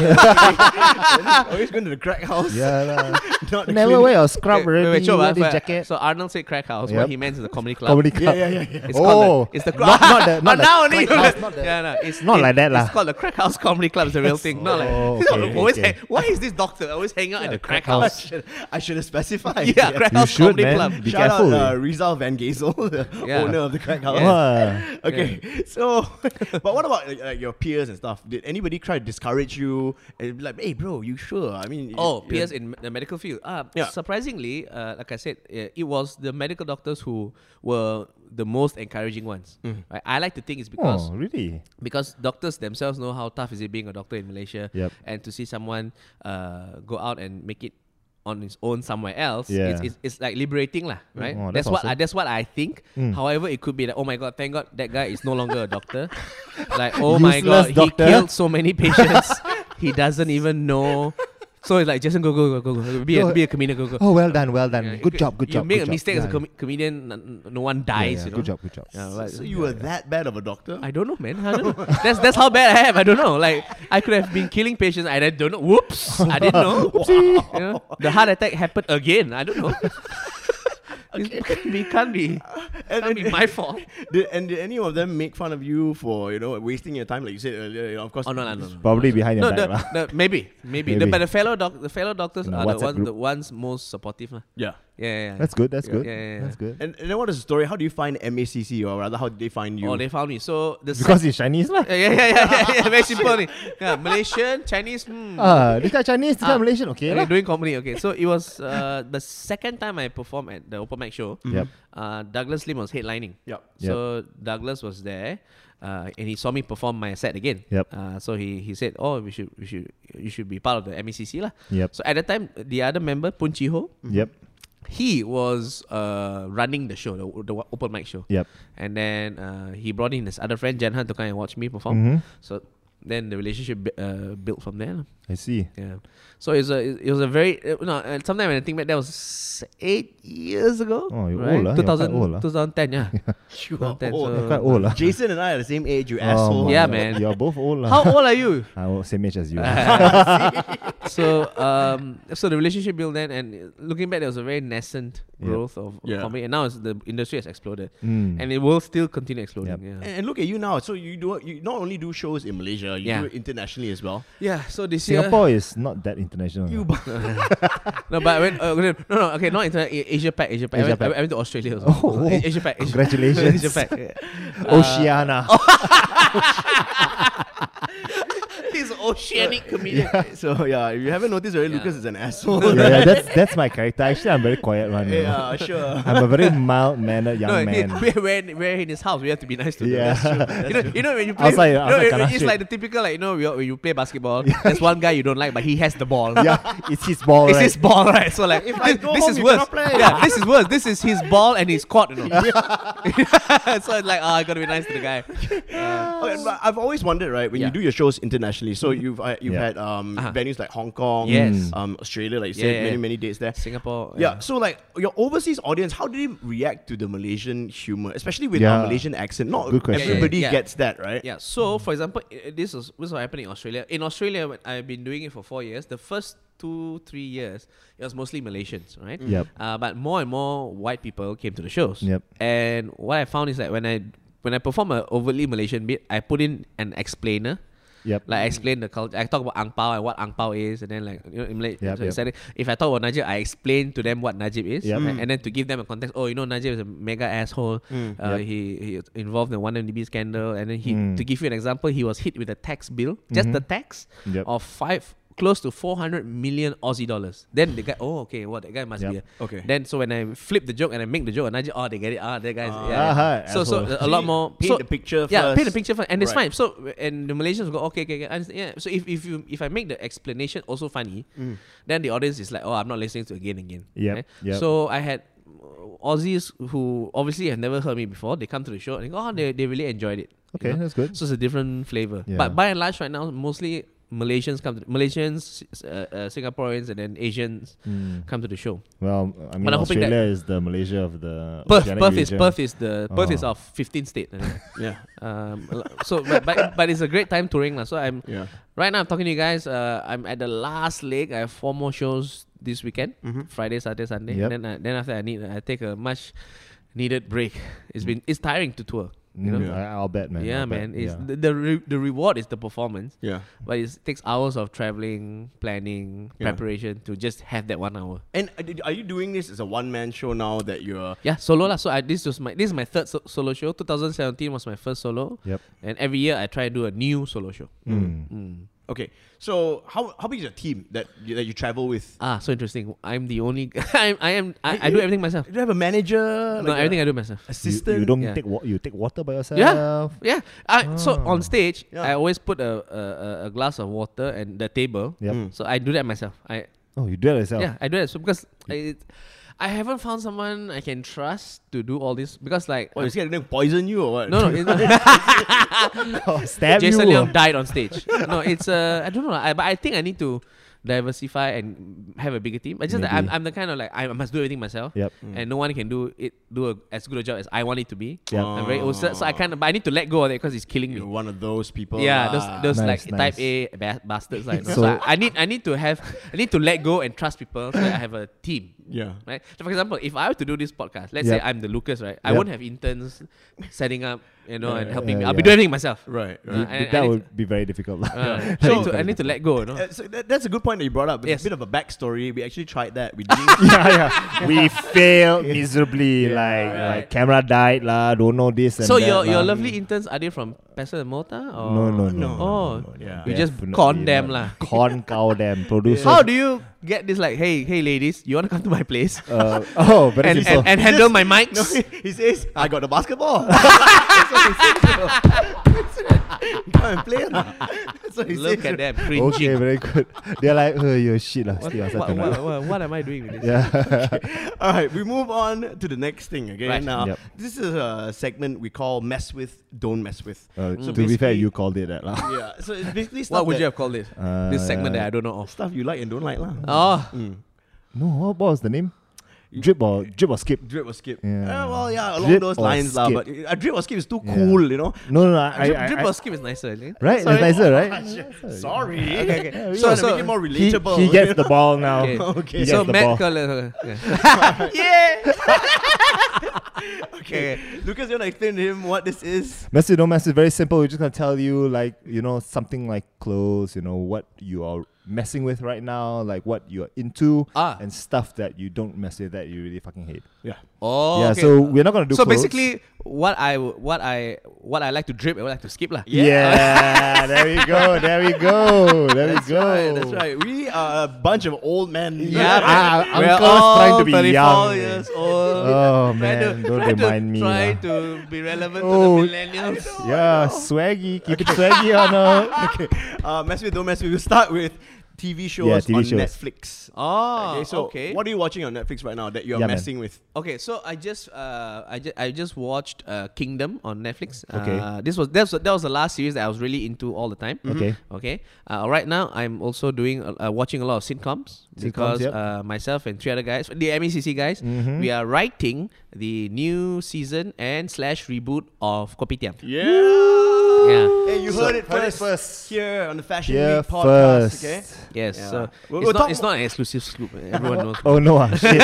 always, always going to the crack house.
yeah, lah.
Not the
Never
clinic.
wear your scrub
Wait, wait,
already.
wait, Chob, ah,
wear this
but-
jacket.
So Arnold said crack house.
Yep.
What he meant is the comedy club.
Comedy
Yeah,
club.
yeah, yeah, yeah.
It's called
Oh.
the, it's the
Not- not the- not
but
the
now only
crack house, not the-
yeah, no, it's
Not
it-
like that lah.
It's called the crack house comedy club. It's the real thing. Not like
Oh,
He's
okay,
always
okay.
hang- why is this doctor always hanging out at the crack,
crack
I
house?
should, I should have specified.
Yeah, crack
You
house
should,
comedy
man.
club.
Be
Shout
careful.
out uh, Rizal Van Gazel, the
Yeah.
owner of the crack house.
Ah.
Okay, so but what about like, like your peers and stuff? Did anybody try to discourage you? And be like, hey, bro, you sure? I mean,
Oh,
you-
peers in the medical field. Uh,
Yeah.
Surprisingly, uh, like I said, uh, it was the medical doctors who were the most encouraging ones. Right? I like to think it's because
Mm. Oh, really?
because doctors themselves know how tough is it being a doctor in Malaysia,
Yep.
and to see someone uh, go out and make it on his own somewhere else,
Yeah.
it's, it's, it's like liberating lah, right?
Oh,
that's
that's
what I,
awesome. Hmm.
that's what I think. However, it could be like, oh my god, thank God that guy is no longer a doctor. like, oh my god,
Useless doctor.
he killed so many patients. he doesn't even know. So it's like Jason, go go go go go, be a
Go-
be a comedian, go go.
Oh, well done, well done.
Yeah,
good
you-
job, good
you
job.
make
good
a
job.
mistake as a
Yeah,
com- comedian, n- n- no one
yeah,
dies.
yeah,
you know?
Good job, good job.
Yeah,
So,
right.
so you were that bad of a doctor?
I don't know, man. I don't know. that's that's how bad I have. I don't know. Like I could have been killing patients. and I don't know. Whoops! I didn't know. You know, The heart attack happened again. I don't know. It can't be, can't be,
and,
can't be
and-
my fault.
did, and did any of them make fun of you for you know wasting your time? Like you said earlier, you know, of course.
Oh no, no, no, no.
Probably behind
No,
your
the,
back. lah.
the, maybe, maybe. The,
Maybe.
but the fellow doc, the fellow doctors
In the
are the
WhatsApp
ones,
group.
the ones most supportive, lah.
Yeah.
Yeah, yeah, yeah.
That's good, that's
Yeah,
good.
yeah, yeah, yeah.
That's good.
And, and then what is the story? How do you find MACC, or rather, how did they find you?
Oh, they found me. So the
Because he's Chinese lah.
yeah, yeah, yeah, yeah, yeah, yeah. Very simple. only. Yeah, Malaysian, Chinese. Hmm.
Ah, this guy Chinese, this guy
Ah.
Malaysian. Okay
Okay,
lah.
doing comedy. Okay, so it was uh, the second time I performed at the open mic show.
Yep.
Uh, Douglas Lim was headlining.
Yup.
So Douglas was there, uh, and he saw me perform my set again.
Yep.
Uh, so he he said, "Oh, we should we should you should be part of the MECC lah."
Yep.
So at the time, the other member Pun Chi Ho,
Yep.
he was uh, running the show, the, the wa- open mic show.
Yep.
And then uh, he brought in his other friend Janhan to come and watch me perform.
Mhm.
So then the relationship bu- uh, built from there. lah.
I see.
Yeah. So it's a it was a very uh, no. Uh, sometime when I think back, that was s- eight years ago.
Oh, you're
right?
old, ah. You're quite
2000
old, ah.
2010, Yeah.
You are
2010,
old.
so-
Quite old lah.
Oh, Jason and I are the same age, you
Oh
asshole.
my
uh, Yeah,
God,
man.
You're both old lah.
How old are you?
I'm same age as you. Hmm.
so um, so the relationship built then, and uh, looking back, there was a very nascent
Yeah.
growth of
Yeah.
comedy, and now it's, the industry has exploded,
Mm.
and it will still continue exploding.
Yep.
Yeah.
And, and look at you now. So you do you not only do shows in Malaysia, you
Yeah.
do it internationally as well.
Yeah. So this year,
Singapore is not that international.
You
lah.
no, but I went. Uh, no, no, okay, not internet. Asia Pac, Asia Pac. I,
Asia
went, I
Pac.
went- I went to Australia. Also.
Oh,
A- Asia Pac. Asia Pac.
Congratulations.
Asia Pac. yeah. uh,
Oceania.
oh, He's an oceanic comedian.
So yeah, if you haven't noticed already,
Yeah.
Lucas is an asshole.
yeah, yeah, that's that's my character. Actually, I'm very quiet one. you know.
yeah, sure.
I'm a very mild mannered young
No, he-
man.
we're, we're, in, we're in his house. We have to be nice to him.
Yeah.
That's true. you, know, you know when you play,
Outside-
you know,
outside
when-
kena
it's
shit.
like the typical like you know when you play basketball. There's one guy you don't like, but he has the ball.
yeah, it's his ball.
It's
right?
his ball, right? So like,
I
this,
go
this
home,
is
you
worse.
cannot play.
Yeah, this is worse. This is his ball and he's caught. You know. so it's like, oh, I gotta be nice to the guy. Uh,
Okay, Oh, but I've always wondered, right, when
Yeah.
you do your shows internationally. So you've uh, you've
Yeah.
had um,
Uh-huh.
venues like Hong Kong,
Yes.
um, Australia, like you
Yeah,
said,
yeah,
many
yeah.
many dates there.
Singapore.
Yeah. so like your overseas audience, how do they react to the Malaysian humor, especially with
Yeah.
our Malaysian accent? Not
Good question.
everybody
Yeah, yeah, yeah.
gets that, right?
Yeah.
Mm.
So, for example, i- i- this was this was happening in Australia. In Australia, when I've been doing it for four years. The first two three years, it was mostly Malaysians, right?
Yep.
Uh, but more and more white people came to the shows.
Yep.
And what I found is that when I when I perform a overtly Malaysian bit, I put in an explainer.
Yep.
Like I explain the culture. I talk about ang pao and what ang pao is, and then like you know, in Malay,
Yep,
so it's
yep.
like if I talk about Najib, I explain to them what Najib is,
Yep.
and,
Mm.
and then to give them a context. Oh, you know Najib is a mega asshole. Uh,
Yep.
He he is involved in one MDB scandal, and then he
Mm. Mm-hmm.
to give you an example, he was hit with a tax bill, just the tax
Yep.
of five close to 400 million Aussie dollars. Then the guy, oh okay, what that guy must
Yep.
be. A,
Okay.
Then so when I flip the joke and I make the joke, and Najib, oh they get it. Ah, that guy's
Ah,
yeah, yeah. So so
asshole.
a lot more.
Paint
so,
the picture
yeah, paint the
first.
picture first, and it's
Right.
fine. So w- and the Malaysians go okay, okay, okay. I understand. Yeah. So if, if you if I make the explanation also funny, then the audience is like, oh, I'm not listening to again again.
Mm. Yep, yep.
So I had uh, Aussies who obviously have never heard me before. They come to the show and they go, oh, they, they really enjoyed it. you
Okay,
know?
that's good.
So it's a different flavor.
Yeah.
But by and large, right now, mostly Malaysians come to Malaysians, uh, uh, Singaporeans, and then Asians
Mm.
come to the show.
Well, I mean,
But I'm hoping that-
Australia is the Malaysia of the
Perth,
oceanic
Perth is
region.
Perth is the Perth is
Oh.
our 15th state. I think.
Yeah.
um, al- so but, but, but it's a great time touring lah. So I'm
Yeah.
right now I'm talking to you guys. Uh, I'm at the last leg. I have four more shows this weekend,
Mm-hmm.
Friday, Saturday, Sunday.
Yep.
Then I, then after I need I take a much needed break. It's been it's tiring to tour. You know.
Mm, I, I'll bet, man.
yeah,
I'll bet,
man. It's
yeah.
the the, re- the reward is the performance,
Yeah.
but it's- it takes hours of traveling, planning,
Yeah.
preparation to just have that one hour.
And uh, did- are you doing this as a one man show now that you're.
Yeah, solo lah. So I, this was my this is my third so- solo show. 2017 was my first solo.
Yep.
And every year I try to do a new solo show.
Mm.
Okay. So how, how big is your team that you, that you travel with?
Ah, so interesting. I'm the only. I'm, I am. I, I do everything myself.
Do you have a manager?
No,
like a
everything I do myself.
You-
Assistant?
You, don't
Yeah.
take wa- you take water by yourself.
Yeah. I, So on stage,
Yeah.
I always put a, a a- a glass of water and the table. Mm.
Yep.
So I do that myself. I
Oh, you do it yourself.
yeah, I do that so because I, I haven't found someone I can trust to do all this because like
What, Oh, is he gonna poison you or what?
no no. It's not,
Oh, stab
Jason
you.
Leong died on stage. no, it's uh, I don't know. I, but I think I need to diversify and have a bigger team. It's just that I'm,
Maybe.
I'm the kind of like I must do everything myself.
Yep.
And no one can do it do a, as good a job as I want it to be.
Yeah.
I'm very also, so I kind of but I need to let go of it because it's killing
You're
me.
one of those people. Ah,
Yeah,
lah.
those, those
Nice,
like
nice.
type A ba- bastards. Like, so,
So-
I, I need I need to have I need to let go and trust people so that I have a team.
Yeah.
Right. So for example, if I were to do this podcast, let's
Yep.
say I'm the Lucas, right? I
Yep.
won't have interns setting up, you know, and helping
yeah,
me. I'll be
yeah.
doing everything myself.
Right. right.
Yeah. I-
Th-
I
that
need
would be very difficult. lah.
Uh,
That would
I, need
be
to, I
very
need to let go. You know?
Uh, so that, that's a good point that you brought up. It's
Yes.
a bit of a backstory. We actually tried that. We didn't.
yeah, yeah. We failed miserably. like, like camera died lah. Don't know this and
so
that
your your
lah.
lovely interns are they from Pastor and Mota or
No, no, no.
No.
Oh,
Yeah.
you just
Definitely
con them lah.
not. Con cow them. Producers.
How do you get this? Like, hey, hey, ladies, you want to come to my place
Uh, oh, very
and,
simple.
and, and handle my mics?
No, he says, I got the basketball. Come and play. lah. That's what he
Look
says.
at them
okay,
cringing.
very good. They're like, oh, you shit lah. Stay outside
what,
tonight.
what, what, what am I doing with this?
Yeah.
All right, we move on to the next thing. Okay,
Right.
now
Yep.
this is a segment we call "Mess with, Don't Mess with."
Uh,
So
to be fair,
basically-
you called it that lah.
Yeah, so it's basically stuff
What would
that-
you have called it?
Uh, Mm.
this segment that I don't know of.
stuff you like and don't like, lah.
Oh,
No, what, what was the name? Drip or drip or skip?
Drip or skip?
Yeah.
Uh, well, yeah, along
Drip
those
or
lines, lah.
skip?
But uh, drip or skip is too
Yeah.
cool, you know.
No, no, no I,
drip,
I,
drip
I,
or skip is nicer. I think.
right?
Sorry.
It's nicer, right?
Sorry.
okay.
So, to make
So- so
it more
He,
relatable.
he gets the ball now.
Okay.
Okay.
He gets
so
the
Matt
ball.
Colour- yeah.
okay. Lucas, you wanna explain to him what this is?
Message, don't message. Very simple. We're just gonna tell you, like, you know, something like clothes. You know, what you are messing with right now, like what you're into,
Ah.
and stuff that you don't mess with that you really fucking hate.
Yeah.
Oh,
yeah.
okay.
So we're not gonna do.
so
clothes.
basically, what I w- what I what I like to drip and what I like to skip lah.
yeah. there we go. There we go. There we go.
Right, that's right. We are a bunch of old men.
Yeah,
Ah,
but we're
uncles
all
trying to be
34
young.
years old.
Oh
Trying
man, don't
trying
remind me.
Try
lah.
to be relevant
Oh,
to the millennials.
yeah, swaggy. Keep it swaggy or no? Okay.
Uh, mess with, don't mess with. We'll start with TV shows
Yeah, TV
on
shows.
Netflix.
Oh, okay.
so what are you watching on Netflix right now that you're
Yeah, man.
messing with?
okay, so I just uh, I just I just watched uh, Kingdom on Netflix.
Okay. Mm-hmm.
uh, this was that was that was the last series that I was really into all the time.
Okay.
Okay. Uh, right now, I'm also doing uh, uh, watching a lot of sitcoms because
yep.
uh, myself and three other guys, the MECC guys,
Mhm.
we are writing the new season and slash reboot of Kopitiam.
Yeah.
Yeah.
Hey, you
So-
heard it
heard it
first,
first.
here on the Fashion
Yeah,
Week podcast.
first.
Okay.
Yes.
Yeah.
So
We'll-
it's,
we'll talk
not, it's not an exclusive scoop. eh, Everyone knows.
Oh no, ah, shit.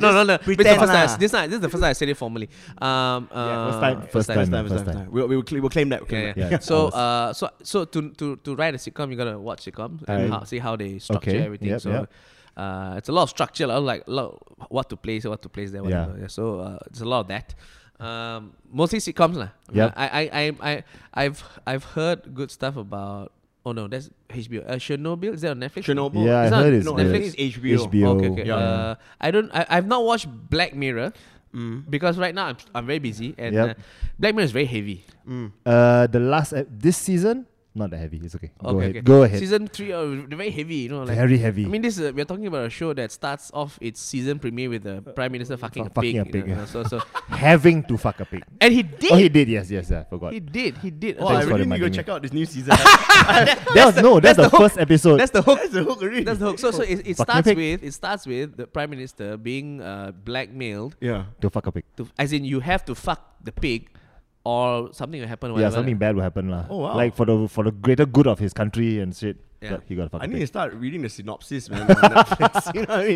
no, no, no. This is the
pretend
first time.
lah.
I- This, time- this is the first time I said it formally. Um, uh,
first time, first time.
First time, first time. We'll, we'll, cl- we'll claim that. We'll claim
Yeah,
that.
yeah.
Yeah,
So,
ours.
uh, so, so to to to write a sitcom, you gotta watch sitcom
Alright.
and how, see how they structure
Okay,
everything.
yep,
so,
yep.
Uh, it's a lot of structure, lot, like lot, what to place, what to place there, whatever. Yeah. So uh, it's a lot of that. Um, mostly sitcoms lah. Uh,
Yep.
I, I I I I've I've heard good stuff about. Oh no, that's HBO. Uh, Chernobyl is that on Netflix?
Chernobyl.
Yeah, I
It's not-
heard it's
no,
good.
Netflix
good.
is HBO.
HBO.
Okay, okay.
Yeah.
Uh, I don't. I, I've not watched Black Mirror
Mm.
because right now I'm, I'm very busy and
Yep.
uh, Black Mirror is very heavy.
Uh, the last ep- this season, not that heavy. It's okay.
Okay,
go ahead.
okay.
Go ahead.
Season three, uh, they're very heavy, you know. Like,
Very heavy.
I mean, this uh, we're talking about a show that starts off its season premiere with
Uh,
the prime minister
fu-
fucking,
uh, fucking
a
a
pig.
pig,
you know,
yeah.
so, so,
having to fuck a pig.
and he did.
Oh, he did. Yes, yes, yeah. I forgot.
He did. He did.
Oh, I
Thanks for
really need to go
reminding me.
check out this new season.
that was no. That's,
that's
the,
the
first episode.
that's the hook.
That's the hook already.
That's the hook. So, so it,
Fucking
it
a
starts
pig.
with it starts with the prime minister being uh, blackmailed.
yeah.
to fuck a pig.
To, as in, you have to fuck the pig, or something will happen.
yeah,
whatever.
something bad will happen lah.
Oh, wow.
Like for the for the greater good of his country and shit.
Yeah.
but He got to fuck
I
a
need to
pig.
start reading the synopsis, man. on Netflix. you know what I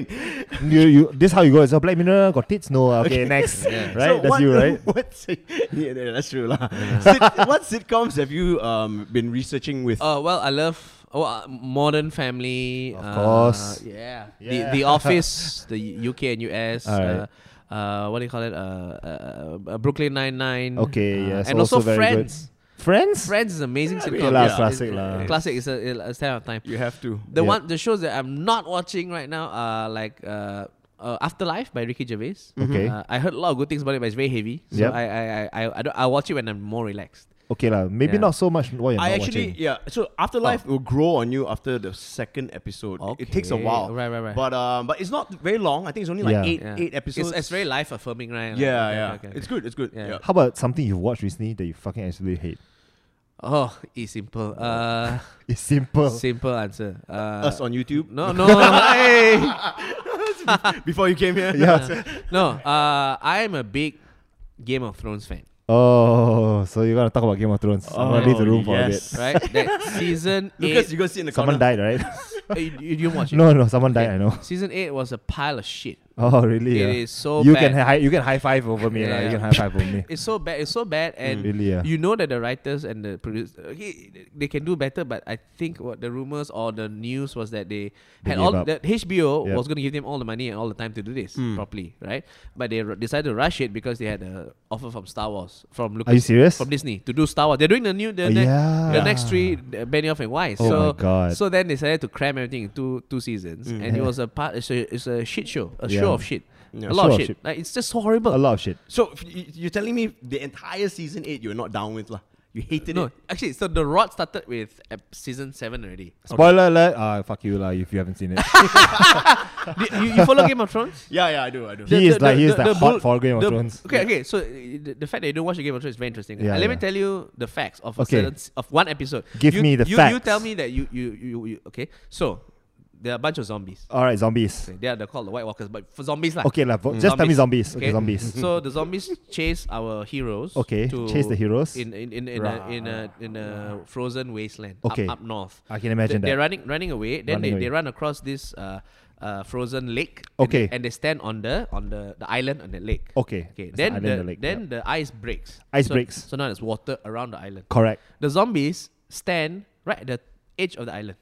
mean?
you, you, this how you go. It's a black mirror. Got tits? No. ah, Okay, next. Right.
So
that's
what-
you, right?
What? sit- Yeah, yeah, that's true lah. Sit- what sitcoms have you um been researching with?
Uh, well, I love oh, uh, Modern Family.
Of
uh,
course.
Yeah.
Yeah.
The The Office, the UK and US.
Alright.
Uh, uh, what do you call it? Uh, uh, uh, Brooklyn Nine Nine.
Okay,
Uh,
yes,
And
also
also,
very good.
Friends.
Friends.
Friends is amazing
Yeah, I mean,
sitcom.
lah,
It's-
classic
it's-
lah.
Classic is a, a stand of time.
you have to.
The
Yeah.
one the shows that I'm not watching right now are like uh, uh, Afterlife by Ricky Gervais.
Mm-hmm. Okay.
Uh, I heard a lot of good things about it, but it's very heavy. So
Yep.
I I I I, I, don't, I watch it when I'm more relaxed.
Okay lah. Maybe
Yeah.
not so much. What you're
I
not
actually,
watching.
yeah. So Afterlife will grow on you after the second episode. It- It takes a
Okay.
while.
Right, right, right.
But um, but it's not very long. I think it's only like
Yeah.
eight
Yeah.
eight episodes.
It's, it's very life affirming, right? Like,
Yeah,
okay,
yeah.
okay, okay.
It's good. It's good.
Yeah.
Yeah.
How about something you've watched recently that you fucking actually hate?
Oh, it's simple. Uh,
It's simple.
simple answer. Uh,
Us on YouTube.
no, no, hey.
Before you came here.
Yeah.
no. Uh, I'm a big Game of Thrones fan.
Oh, so you're gonna talk about Game of Thrones? I'm gonna leave the room for a
yes.
Right? That season
Lucas,
eight.
you go sit in the
bit. Someone
corner.
died, right?
Uh, you, you didn't watch it.
no, no, someone died.
Okay.
I know.
Season eight was a pile of shit.
Oh, really?
It
yeah.
is so
you can
bad.
hi- you can high five over me, lah.
Yeah.
You can high five over me.
It's so bad. It's so bad, and
Mm. Really, yeah.
you know that the writers and the producers, okay, they can do better. But I think what the rumors or the news was that they,
They
had
gave
all
up.
that HBO
Yep.
was going to give them all the money and all the time to do this properly, right? But they r- decided to rush it because they had an offer from Star Wars, from Lucas,
Are you serious?
from Disney to do Star Wars. They're doing the new, the,
Oh,
ne-
yeah.
the next three, uh, Benioff and Weiss.
Oh my
so,
God.
So then they decided to cram everything in two two seasons, and it was a part. It's a, it's a shit show, a show
Yeah.
of shit.
Yeah.
A lot
Show
of
of
shit.
shit.
Like, it's just so horrible.
A lot of shit.
So f- y- you're telling me the entire season eight you're not down with lah? You hated
No,
it.
actually, so the rot started with ep- season seven already.
Spoiler alert! Ah, fuck you, lah. If you haven't seen it,
Did- you, you follow Game of Thrones?
Yeah, yeah, I do, I do.
he is like he is like hot
bull-
for Game of
the-
Thrones.
Okay, okay. So uh, the, the fact that you don't watch the Game of Thrones is very interesting.
Yeah,
Uh, let me
yeah.
tell you the facts of a
Okay.
certain s- of one episode.
Give
You-
me the
you, You
facts.
tell me that you you, you you okay. So there are a bunch of zombies.
All right, zombies.
They are they're called the White Walkers, but for zombies like
Okay, lah. vo- Just tell me zombies. Okay, zombies.
Mm, So the zombies chase our heroes.
Okay,
to-
chase the heroes.
in in in, in, a, in a in a frozen wasteland. up-
Okay.
up, north.
I can imagine
they, are
that.
running running away. Then
Running
they, they
away.
run across this uh, uh, frozen lake. and they-
Okay.
and they, stand on the on the, the island on the lake.
Okay,
okay.
it's an
Then
island
the,
on the lake,
then the ice breaks.
Ice
So-
breaks.
So now there's water around the island.
Correct.
The zombies stand right at the edge of the island.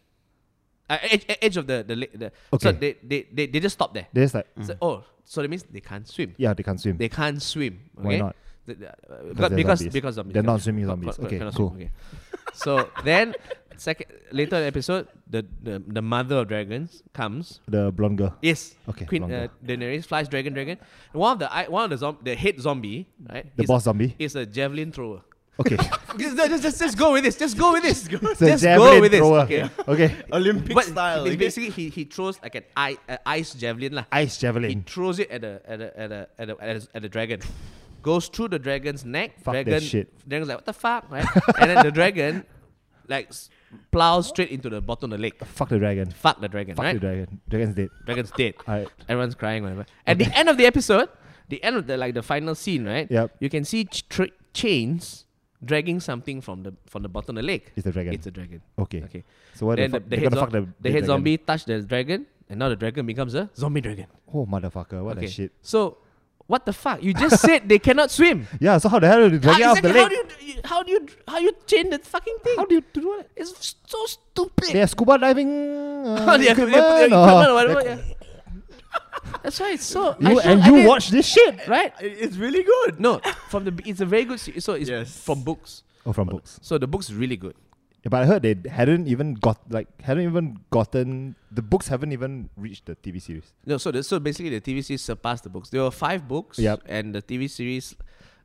Uh, edge, edge of the the lake. The, So
Okay. Mm.
they, they, they, they just stop there.
They're just like,
So, oh, so that means they can't swim
yeah, they can't swim.
they can't swim. Okay?
Why not?
The- the- uh,
they're
because because
zombies.
because zombies.
They're
cannot
not swimming
swim.
zombies.
Cannot-
Okay,
cannot
cool.
swim, okay. So then, second later in the episode, the, the the mother of dragons comes.
the blonde girl.
Yes.
Okay,
Queen uh,
longer.
Daenerys flies dragon dragon. One of the I- one of the zomb- the head zombie right.
The
is-
boss zombie.
is a javelin thrower.
Okay.
just, just, just, just go with this. Just go with this. just
The
go
javelin
with
thrower.
this. Okay.
okay.
Olympic
But
style.
it's
okay?
basically he, he throws like an ice, uh, ice javelin lah.
Ice
He
javelin.
throws it at a at a at a at a, at a, at a dragon. Goes through the dragon's neck.
Fuck that
dragon,
shit.
Dragon's like what the fuck, right? and then the dragon, like, s- plows straight into the bottom of the lake.
Fuck the dragon.
Fuck the dragon,
Fuck
right?
the dragon. Dragon's dead.
Dragon's dead.
Alright.
Everyone's crying, whatever. At the end of the episode, the end of the like the final scene, right?
Yep.
You can see ch- tra- chains dragging something from the from the bottom of the lake.
It's the dragon.
It's a dragon.
Okay.
Okay.
So what
then
the fuck?
the, the
They're
head,
gonna
zo-
fuck the,
the
dead dragon.
head zombie touched the dragon, and now the dragon becomes a zombie dragon.
Oh motherfucker! What
Okay.
a shit.
So, what the fuck? You just said they cannot swim.
Yeah. So how the hell did the dragon
Ah,
out of the
exactly,
lake?
how do you how do you how you change the fucking thing?
How do you do that?
It's so stupid.
They have scuba diving.
How
Uh,
do you-
equipment,
they put their
or-
equipment or whatever, yeah. That's why it's so. I
You,
should-
and
I
you
mean,
watch this shit.
right?
It- it's really good.
No, from the b- it's a very good. se- So it's
Yes.
from books.
Oh, from books.
So the book's really good.
Yeah, but I heard they hadn't even got like hadn't even gotten the books haven't even reached the TV series.
No, so the, so basically the TV series surpassed the books. There were five books,
Yep.
and the TV series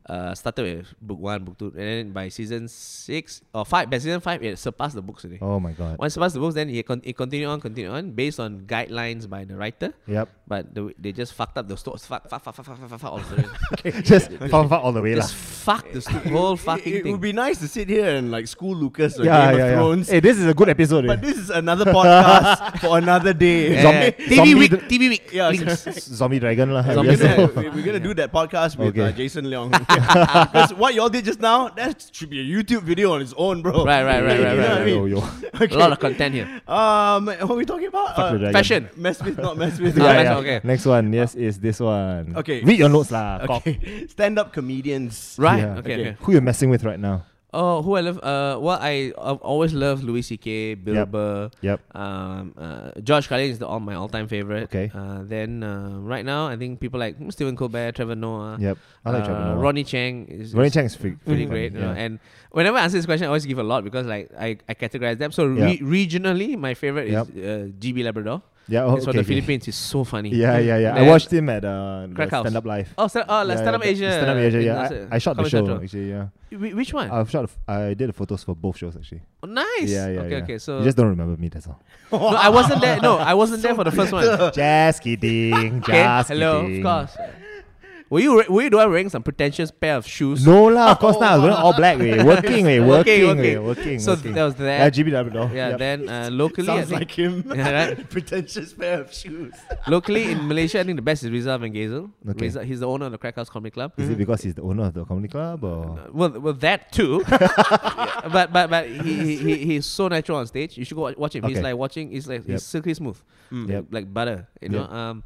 Uh, started with book one, book two, and then by season six or five, by season five, it surpassed the books already.
Oh my god.
Once surpassed the books, then it, con- it continued on, continued on, based on guidelines by the writer.
Yep.
But the, they just fucked up the story. Fuck, fuck, fuck, fuck, fuck, fuck, fuck, all the
Just fuck all the way lah.
Just fuck the stu- whole fucking
it, it
thing.
would be nice to sit here and like school Lucas or
Yeah,
Game of
yeah, yeah.
Thrones.
Hey, this is a good episode. eh.
But this is another podcast for another day.
Yeah.
Zombie-
TV
zombie
Eh, week,
dr-
TV week.
Yeah,
links.
Zombie dragon lah.
Zombie
We're
Yes.
dragon.
gonna, we- we're gonna do that podcast with uh,
Okay.
Jason Leong. Because what y'all did just now, that should be a YouTube video on its own, bro.
Right, right, right,
You
right,
know
right,
what I
right.
Yo,
mean?
yo.
A lot of content here.
Um, what are we talking about? Uh,
Fuck the dragon.
Fashion.
Mess with, not mess with.
Yeah,
Uh,
yeah.
mess with-
okay.
Next one, yes, is this one.
Okay.
Read your notes lah. cock.
Okay. Stand up comedians.
Right.
Yeah.
Okay,
Okay.
okay.
Who you messing with right now?
Oh, who I love? Uh, well, I I've always loved Louis C.K., Bill
Yep.
Burr.
Yep.
Um, uh, George Carlin is the all my all-time favorite.
Okay.
Uh, then uh, right now, I think people like hmm, Stephen Colbert, Trevor Noah.
Yep. I like
uh,
Trevor Noah.
Ronnie Chang is
Ronnie
is
Chang is pretty,
pretty
pretty
great. uh,
funny,
You know?
Mm-hmm. yeah.
And whenever I answer this question, I always give a lot because like I, I categorize them. So
Yeah.
re- regionally, my favorite is uh, GB Labrador.
yeah, oh,
it's
okay,
from the
okay.
Philippines. He's so funny.
Yeah, yeah, yeah. I
Then-
watched him at uh, the
Crack House.
Stand Up Live.
Oh, stand, oh, like
Yeah,
Stand Up
yeah, the-
Asia.
Stand Up Asia,
in-
yeah.
uh,
I, I shot the
Comedy
show
Central.
actually, yeah.
Wh- Which one?
I shot, the f- I did the photos for both shows actually.
Oh, nice.
Yeah, yeah,
okay,
yeah.
okay. So
you just don't remember me. That's all.
no, I wasn't there. No, I wasn't there for the first one. Okay,
just kidding. Just
Uh, hello,
kidding.
of course. Were you re- were you the one wearing some pretentious pair of shoes?
No lah, of course not. I was wearing all black. Way. Working, way. Working,
Working, working.
way. Working.
Oh, So
working.
that was that.
Yeah, GB Labrador.
yeah.
Yep.
Then uh, locally, I
Sounds
think,
like him.
Yeah, right.
Pretentious pair of shoes.
locally in Malaysia, I think the best is Rizal Van Gazel.
Okay. Mm-hmm.
Rizal, he's the owner of the Crack House Comedy Club.
Is it because he's the owner of the comedy club or?
Uh, Well, well, that too, Yeah, but but but he, he, he he's so natural on stage. You should go wa- watch him. He's
Okay.
like watching. He's like
Yep.
he's silky smooth,
Yep.
like butter. You know,
Yep.
um,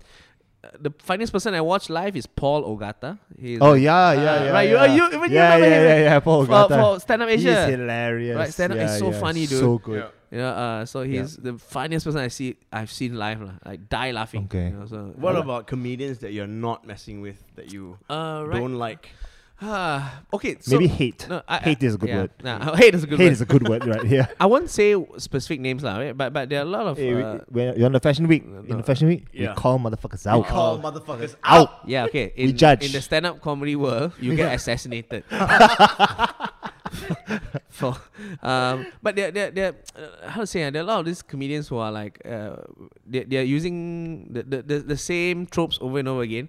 uh, the funniest person I watch live is Paul Ogata. He's
Oh yeah, yeah,
Uh,
yeah.
right, you-
yeah.
uh, you- even you
yeah,
remember
yeah,
him,
yeah,
right?
yeah, Paul
For-
Ogata.
for Stand Up Asia.
He's hilarious.
Right, Stand Up
yeah,
is so
yeah.
funny, dude.
So good.
You know, uh, so he's the funniest person I see I've seen live, lah. Like die laughing.
Okay.
you know, so,
What
uh,
about comedians that you're not messing with that you
uh right?
don't like?
Ah, okay. So,
Maybe hate.
no, I-
hate is a good
yeah,
word.
Nah, hate is a good
hate
word.
is a good word, right? Yeah.
I won't say w- specific names, lah. Right? But but there are a lot of
Hey, we-
uh,
when you're on the fashion week, in the fashion week,
Yeah.
we call motherfuckers out.
Call motherfuckers out.
out.
yeah. Okay, in,
We judge.
in the stand-up comedy world, you get assassinated. For, um, but there, there, there, uh, how to say? ah, There are a lot of these comedians who are like, uh, they, they are using the, the, the, the same tropes over and over again,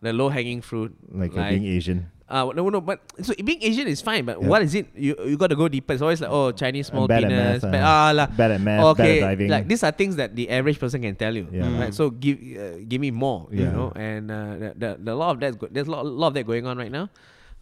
the low hanging fruit,
Mm. Like, you're being Asian.
Uh, no, no, but so being Asian is fine, but
Yeah.
what is it? You you got to go deeper. It's always like, oh, Chinese small
bad at
penis,
math,
bad,
uh,
ah, lah.
bad at math, bad at
okay,
driving.
Like these are things that the average person can tell you.
Yeah. Mm.
Right? So give uh, give me more, you
Yeah.
know. And uh, the, the, the lot of that's go- there's a lot, lot of that going on right now,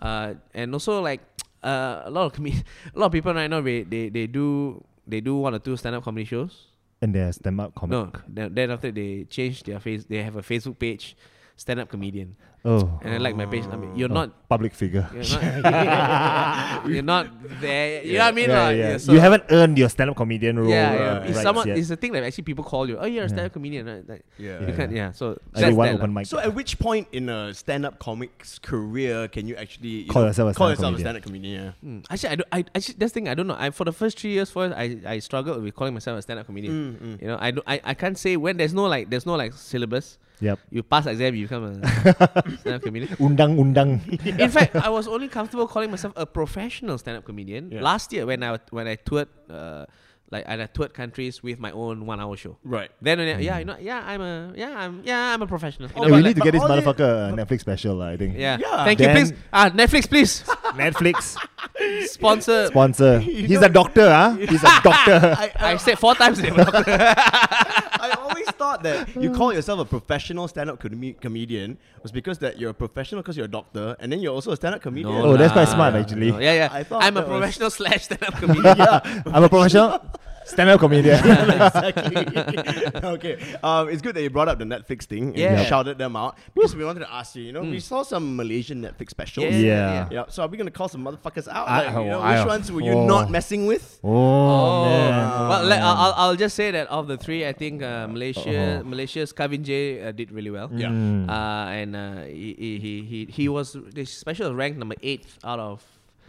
uh, and also like uh, a lot of com- a lot of people right now they they, they do they do one or two stand up comedy shows.
And they're stand up comic.
No, then, then after they change their face, they have a Facebook page, stand up comedian,
Oh.
and I like my page. I mean, you're
Oh,
not
public figure.
you're not, you're not there. You know what I mean?
Yeah,
Like,
yeah.
yeah, so-
you haven't earned your stand up comedian role.
Yeah,
uh,
yeah. If
rights
someone,
yet.
it's the thing that actually people call you. Oh, you're a stand-up comedian, right? Like,
Yeah.
You
Yeah,
can't.
yeah.
Yeah.
I
So
did
that's
one
that
open
lah.
mic.
So, at which point in a stand-up comic's career can you actually you
Call
know,
yourself a
call
stand-up
yourself a
comedian.
stand-up comedian? yeah.
Mm. Actually, I don't. I actually that's the thing. I don't know. I for the first three years, first I I struggled with calling myself a stand-up comedian.
Mm,
You know, I don't. I, I can't say when there's no like there's no like syllabus.
Yep.
You pass exam, you become a stand-up comedian.
Undang undang.
In fact, I was only comfortable calling myself a professional stand-up comedian
Yeah.
last year when I when I toured, uh, like and I toured countries with my own one-hour show.
Right.
Then when I- yeah, you know, yeah, I'm a yeah, I'm yeah, I'm a professional. You
Hey,
know,
we
but
Hmm. need to
but
get this
all the-
motherfucker a Netflix special, lah, I think.
like- yeah.
Yeah.
Thank
Then-
you, please. Ah, Netflix, please
Netflix
sponsor.
sponsor. He's a doctor, huh? He's a doctor.
I,
I said four times. they were not-
I always thought that you call yourself a professional stand-up com- comedian was because that you're a professional because you're a doctor, and then you're also a stand-up comedian.
Oh, that's quite
nah.
smart, actually.
No, yeah, yeah.
I
I
thought
am a
that was-
professional slash stand-up comedian.
I'm a professional stand up comedian.
exactly. okay. Um, it's good that you brought up the Netflix thing and
Yeah.
shouted them out because we wanted to ask you. You know, we saw some Malaysian Netflix specials.
Yeah.
yeah.
Yeah, so are we gonna call some motherfuckers out?
I-
Like, you know,
I-
which ones were you
oh.
not messing with?
Oh,
Oh,
man.
well, like, I'll, I'll- I'll just say that of the three, I think uh,
Uh-huh.
Malaysia, Malaysia's Kevin J uh, did really well.
Yeah.
Hmm.
Uh, and uh, he, he, he, he, he was the special ranked number eight out of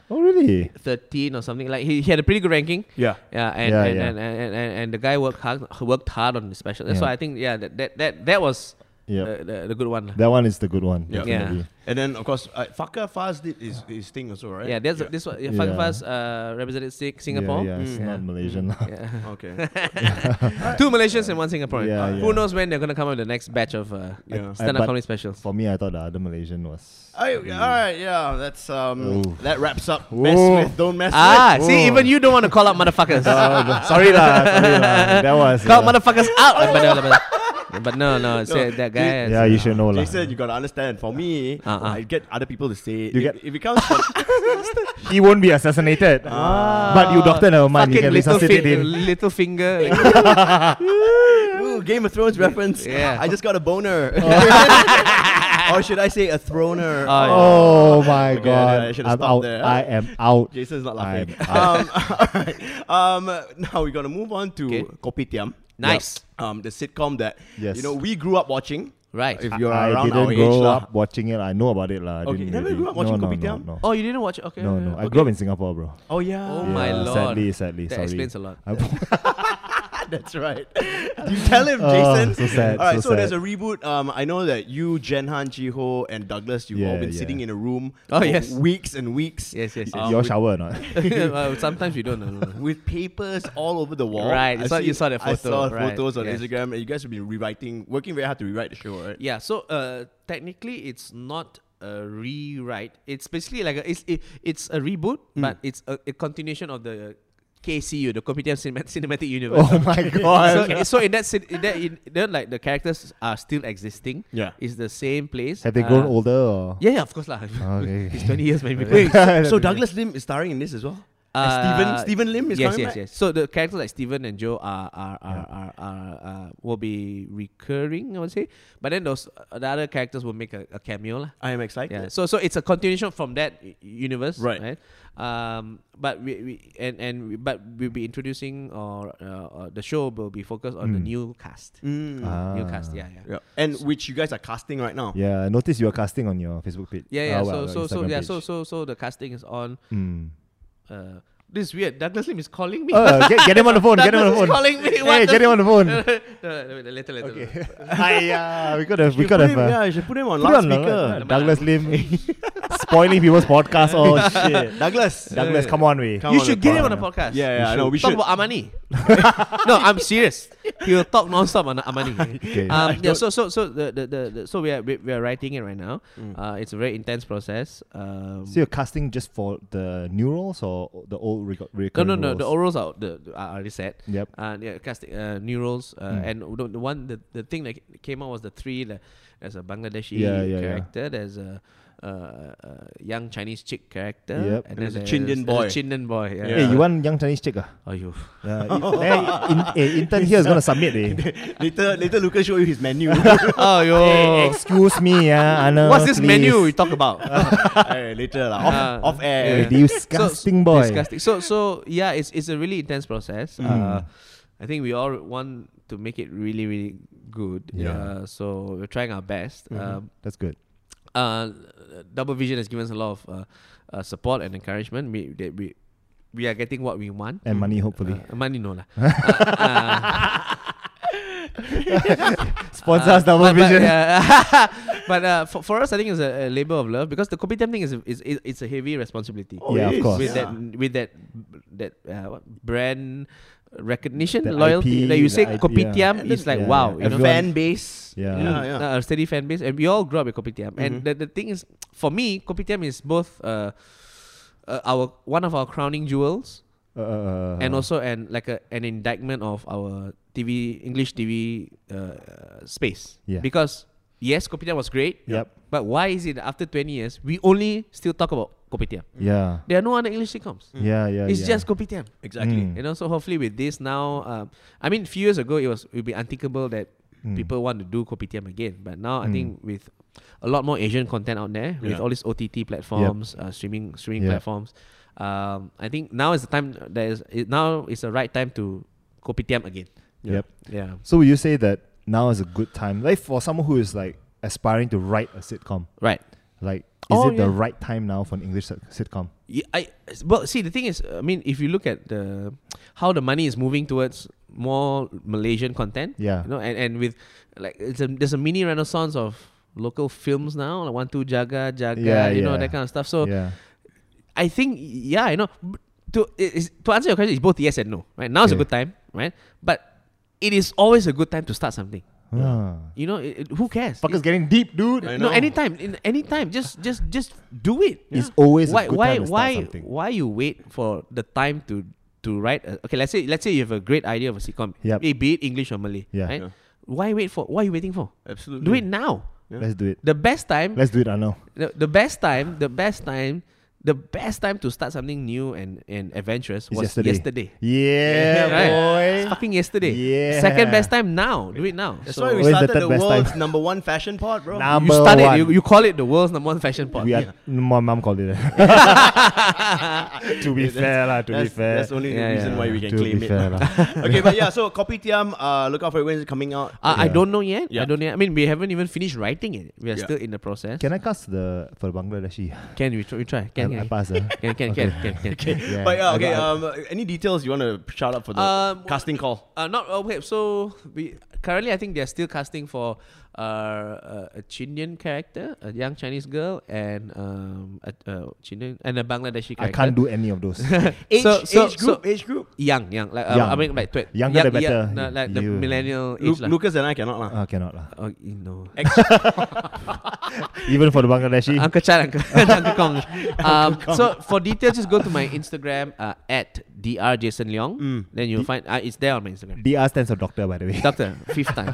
Oh really?
13 or something. Like he, he had a pretty good ranking.
Yeah.
Yeah, and,
Yeah,
and,
yeah.
And, and, and, and the guy worked hard, worked hard on the special. That's
Yeah.
why I think yeah that that that, that was
Yep.
the, the, the good one. lah.
That one is the good one.
Yeah.
definitely.
Uh, Yeah.
And then of course, uh, Fakar Faz did his, his thing also, right?
Yeah, that's this one. Yeah,
Yeah.
Fagfast uh, represented Sing- Singapore.
Yeah, yeah, it's
Mm.
not Malaysian. lah.
Yeah.
Okay.
Two Malaysians and one Singaporean.
Yeah,
Who
yeah.
knows when they're gonna come up with the next batch of uh,
Yeah.
stand-up
but-
comedy specials?
For me, I thought the other Malaysian was.
I, all right, yeah, that's um,
Ooh.
that wraps up. Mess
Ooh.
with, don't mess
Ah,
with.
see, even you don't want to call out motherfuckers.
Uh, sorry lah, sorry lah. That was.
call
uh,
motherfuckers out. but, no, but- but, no, no, say that guy.
yeah, you should know lah.
Jason, you gotta understand. For me,
Uh-uh.
I get other people to say. it.
You
if,
get-
if it comes from
He won't be assassinated. But you doctor never mind. You
Ah. Fucking
can
little,
resuscitate
fin-
him.
little finger. like-
Ooh, Game of Thrones reference.
Yeah.
I just got a boner. or should I say a throner?
Oh, yeah.
Oh my god!
I should've
I'm
stopped
out.
there.
I am out.
Jason's not laughing.
I'm
Um, alright. um, uh, now we're gonna move on to
Okay.
Kopitiam.
Nice.
Um, the sitcom that
Yes.
you know we grew up watching.
Right.
If you're
I
around our
didn't
age,
grow
lah.
up watching it. I know about it lah. I
Okay,
didn't
never
really-
grew up watching
no, no,
Kopitiam?
No, no,
Oh, you didn't watch? Okay.
no, no. I
okay.
grew up in Singapore, bro.
Oh yeah.
Oh my
Yeah,
lord.
Sadly, sadly,
That
sorry.
explains a lot.
I-
That's right. you tell him,
Oh,
Jason.
so sad,
All right, so,
so
there's a
sad.
reboot. Um, I know that you, Jen Han, Ji Ho, and Douglas, you've all
Yeah,
been
yeah.
sitting in a room
Oh,
for
yes.
weeks and weeks.
Yes, yes, yes.
Um,
Your
with-
shower or not?
Well, Uh, Sometimes we don't know.
with papers all over the wall.
Right,
I
you saw-
see-
you saw that
I
photo,
saw
right,
photos on
yes.
Instagram, and you guys have been rewriting, working very hard to rewrite the show, right?
Yeah, so uh, technically it's not a rewrite. It's basically like a, it's it, it's a reboot,
Hmm.
but it's a, a continuation of the KCU, the Kopitiam Cinema- Cinematic Universe.
oh my god!
so, so in that cin- in that in that like the characters are still existing.
Yeah.
it's the same place.
Have they grown
Uh,
older or?
Yeah, yeah, of course lah.
Okay.
it's twenty years maybe.
Wait, so, so
That'd be
Douglas Lim is starring in this as well. And
Uh,
Stephen Stephen Lim is
yes,
coming
yes,
back?
yes. So the characters like Stephen and Joe are are are, are, are uh, will be recurring. I would say, but then those uh, the other characters will make a, a cameo lah.
I am excited.
Yeah. So so it's a continuation from that u- universe,
Right.
right? Um, but we, we and and we, but we'll be introducing or uh, uh, the show will be focused on the new cast,
Mm.
Ah.
new cast. Yeah, yeah.
Yeah. And which you guys are casting right now.
Yeah, I noticed you are casting on your Facebook page.
Yeah,
Oh,
yeah.
Ah, well,
so, so,
your
so,
Instagram
yeah.
page.
So, so, so the casting is on.
Mm.
Uh, this is weird. Douglas Lim is calling me.
Oh.
Uh, get, get him on the phone. Get him on the
Douglas is
phone.
calling me. What
Hey,
the-
get him on the phone.
No, no, no, wait, later, later. later.
Hiya, we could have, we
You put
could have.
him,
uh,
yeah, you should put him on
put it on
loudspeaker.
the- Douglas Lim spoiling people's podcast. Oh shit,
Douglas.
Douglas, come on, we.
Come
You
on
should
the
get him
pod,
on the
yeah.
podcast.
Yeah, yeah, I know, we
talk
should.
about Amani. no, I'm serious. He'll talk nonstop on Amani.
Okay.
Um, yeah, so so so the, the, the, the so we are we, we are writing it right now. Uh, it's a very intense process. Um,
So you're casting just for the new roles or the old rec-
no
recurring
no no, the
roles?
orals are the the- are already set.
Yep.
Uh, yeah, casting uh, new roles uh, and the, the one the, the thing that ca- came out was the three. The, there's a Bangladeshi
Yeah, yeah, yeah.
character. There's a. Uh, uh, young Chinese chick character,
Yep.
and,
There's
then
a Chindian boy.
there's a Chindian boy. Yeah.
Hey, you want young Chinese chick? ah?
Oh, you.
Uh, in- hey, in, hey, intern here is gonna submit. Eh.
later, later, Lucas show you his menu. Eh,
oh, yo.
Hey, excuse me, yeah, Anna,
What's this
Uh, please.
menu we talk about?
Hey, later, lah. Off,
Ah.
off air.
Hey, disgusting boy. Mm.
Disgusting. So so yeah, it's it's a really intense process. Uh, I think we all want to make it really really good.
Yeah. Mm-hmm.
Uh, so we're trying our best. Um,
That's good.
uh, Double Vision has given us a lot of uh, uh, support and encouragement. We that we we are getting what we want.
And money, hopefully.
Uh, money no lah.
Sponsor us, Double
Uh, but,
Vision.
But, yeah. But, uh, for, for us, I think it's a, a labor of love because the kopitiam thing is, a- is, is it's a heavy responsibility.
Oh,
Yeah,
it
of
is.
course.
with
Yeah.
that with that that uh, what, brand recognition
The
loyalty
IP,
that you say
the IP,
kopitiam
yeah.
it's like
Yeah, yeah.
wow you
a
know
Everyone-
fan base.
Yeah.
yeah, yeah. Mm-hmm.
uh, a steady fan base and we all grew up with kopitiam and the, the thing is for me kopitiam is both uh, uh, our one of our crowning jewels
Uh, uh,
and also an like a, an indictment of our TV English TV uh, uh, space.
Yeah.
Because yes, Kopitiam was great.
Yep.
But why is it after 20 years we only still talk about Kopitiam?
yeah,
There are no other English sitcoms.
yeah, yeah.
Mm. it's
yeah.
just Kopitiam.
Exactly.
Mm.
You know, so hopefully with this now, um, I mean, few years ago it was it would be unthinkable that
Mm.
people want to do kopitiam again, but now I think with a lot more Asian content out there, with
Yeah.
all these OTT platforms, uh, streaming streaming
Yep.
platforms, um, I think now is the time that is it, now is the right time to kopitiam again.
Yep.
Yeah.
So would you say that now is a good time, like for someone who is like aspiring to write a sitcom?
Right.
Like, is
Oh,
it the
yeah.
right time now for an English sit- sitcom?
Yeah, I well see the thing is I mean if you look at the how the money is moving towards more Malaysian content
Yeah.
you know and, and with like it's a, there's a mini renaissance of local films now, like One Two Jaga Jaga,
Yeah,
you know
yeah.
that kind of stuff. So
yeah.
I think yeah, I know. But To it is, to answer your question, it's both yes and no. Right now is a
Okay.
good time, right? But it is always a good time to start something.
Ah.
You know, it, it- who cares?
Fuckker's
It-
getting deep, dude.
I know.
no, anytime, in anytime, just just just do it.
It's always a
why
good
why
time to start
why
something.
why you wait for the time to to write? A, okay, let's say let's say you have a great idea of a sitcom,
Yup.
eh, be it English or Malay.
Yeah.
right?
Yeah.
Why wait for? Why are you waiting for?
Absolutely.
Do it now.
Let's do it.
The best time
Let's do it, Arno.
the, the best time, the best time, the best time to start something new and, and adventurous
It's
was
yesterday.
yesterday.
Yeah,
Right?
boy.
Fucking yesterday.
Yeah.
Second best time now. Do it now.
That's
So
why we
Where's the
started
third
the,
best time?
world's number one fashion pod, bro.
Nah,
you
Number
started.
one.
You, you call it the world's number one fashion pod.
We are, My mom called it. to be fair, lah. To be
that's,
fair.
that's the only
Yeah,
reason
yeah.
why we can
To
claim
be
it.
fair
lah. okay, but yeah, so Kopitiam, uh, look out for it when it's coming out.
Uh, I
Yeah.
don't know yet.
Yeah.
I don't know. Yet. I mean, we haven't even finished writing it. We are
Yeah.
still in the process. Can,
Can I cast the for Bangladeshi?
we try? We try. Can
I, I
can,
pass. Uh.
can, can, can, can, uh, can, can.
Yeah.
But yeah,
I
okay.
got- I-
Um, any details you want to shout out for the
Um,
casting call?
Uh, not oh, wait. So we currently, I think they are still casting for uh, a, a Chinese character, a young Chinese girl, and um, a, a Chinese and a Bangladeshi
I
character.
can't do any of those.
Age,
so- so-
age group, age group.
young, young. Like uh,
Young.
I mean, like tw-
Younger
young,
the better.
Young, no, like the
You-
millennial
Lu-
age, lah.
Lucas and I cannot lah.
uh, cannot lah.
Oh, you know,
Even for the Bangladeshi.
Uncle Chan, Uncle, Uncle Kong. Um, So for details, just go to my Instagram uh, at dr Jason Leong.
Mm.
Then you'll find uh, it's there on my Instagram.
DR stands for doctor, by the way.
Doctor, fifth time.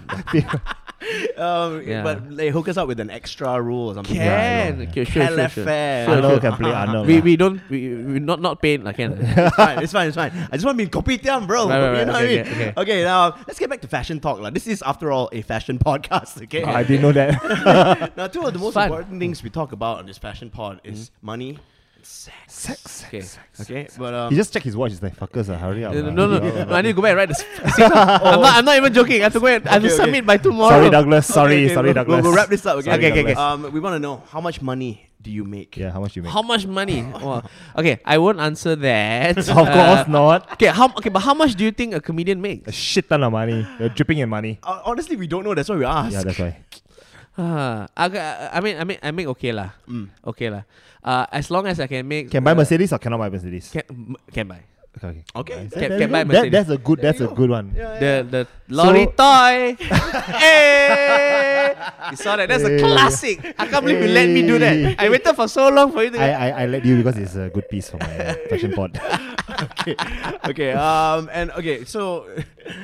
Um,
Yeah.
But like, hook us up with an extra rule or something.
Can
yeah.
okay, sure, sure, sure.
LFM.
Sure,
Arnold
sure.
can play Arnold.
Uh-huh. We,
lah.
we don't we, we not not paid like can
it's fine, it's fine, it's fine. I just want to be in Kopitiam, bro.
Right, right,
you know
right,
what
okay,
I mean?
okay,
now let's get back to fashion talk. lah. This is, after all, a fashion podcast, okay?
Oh, I didn't know that.
now, two of the most
fun.
important things we talk about on this fashion pod is money and sex.
Mm-hmm. sex.
okay. Uh,
Okay, but um,
He just checked his watch. He's like, fuckers, uh, hurry up.
No,
lah.
no, no,
Hurry up,
no,
lah.
I need to go back and write this. I'm not. I'm not even joking. I have to go. And, I have to
Okay, okay.
submit by tomorrow.
Sorry, Douglas.
Okay,
Sorry,
okay,
sorry,
we'll,
Douglas.
We'll, we'll wrap this up. Okay,
Sorry,
Okay, Uh, okay, okay.
Douglas.
Um, we want to know how much money do you make?
Yeah, how much you make?
How much money? Wow. Okay, I won't answer that. Uh,
of course not.
Okay, how okay, but how much do you think a comedian makes?
A shit ton of money. You're dripping in money.
Uh, honestly, we don't know. That's why we ask.
Yeah, that's why.
Ah, okay, I I mean, I mean, I make okay lah, okay lah. Uh, as long as I can
Mm.
make
Can buy
uh,
Mercedes or cannot buy Mercedes?
Can, m- can buy
Okay. okay.
Okay.
That-
Can-
that-
can buy
that-
Mercedes.
that's a good. That's a good one.
the the lorry toy. hey, you saw that? That's a
Hey.
classic. I can't believe you let me do that. I waited for so long for you to.
I, I I let you because it's a good piece for my uh, fashion pod.
okay. Um, and okay, so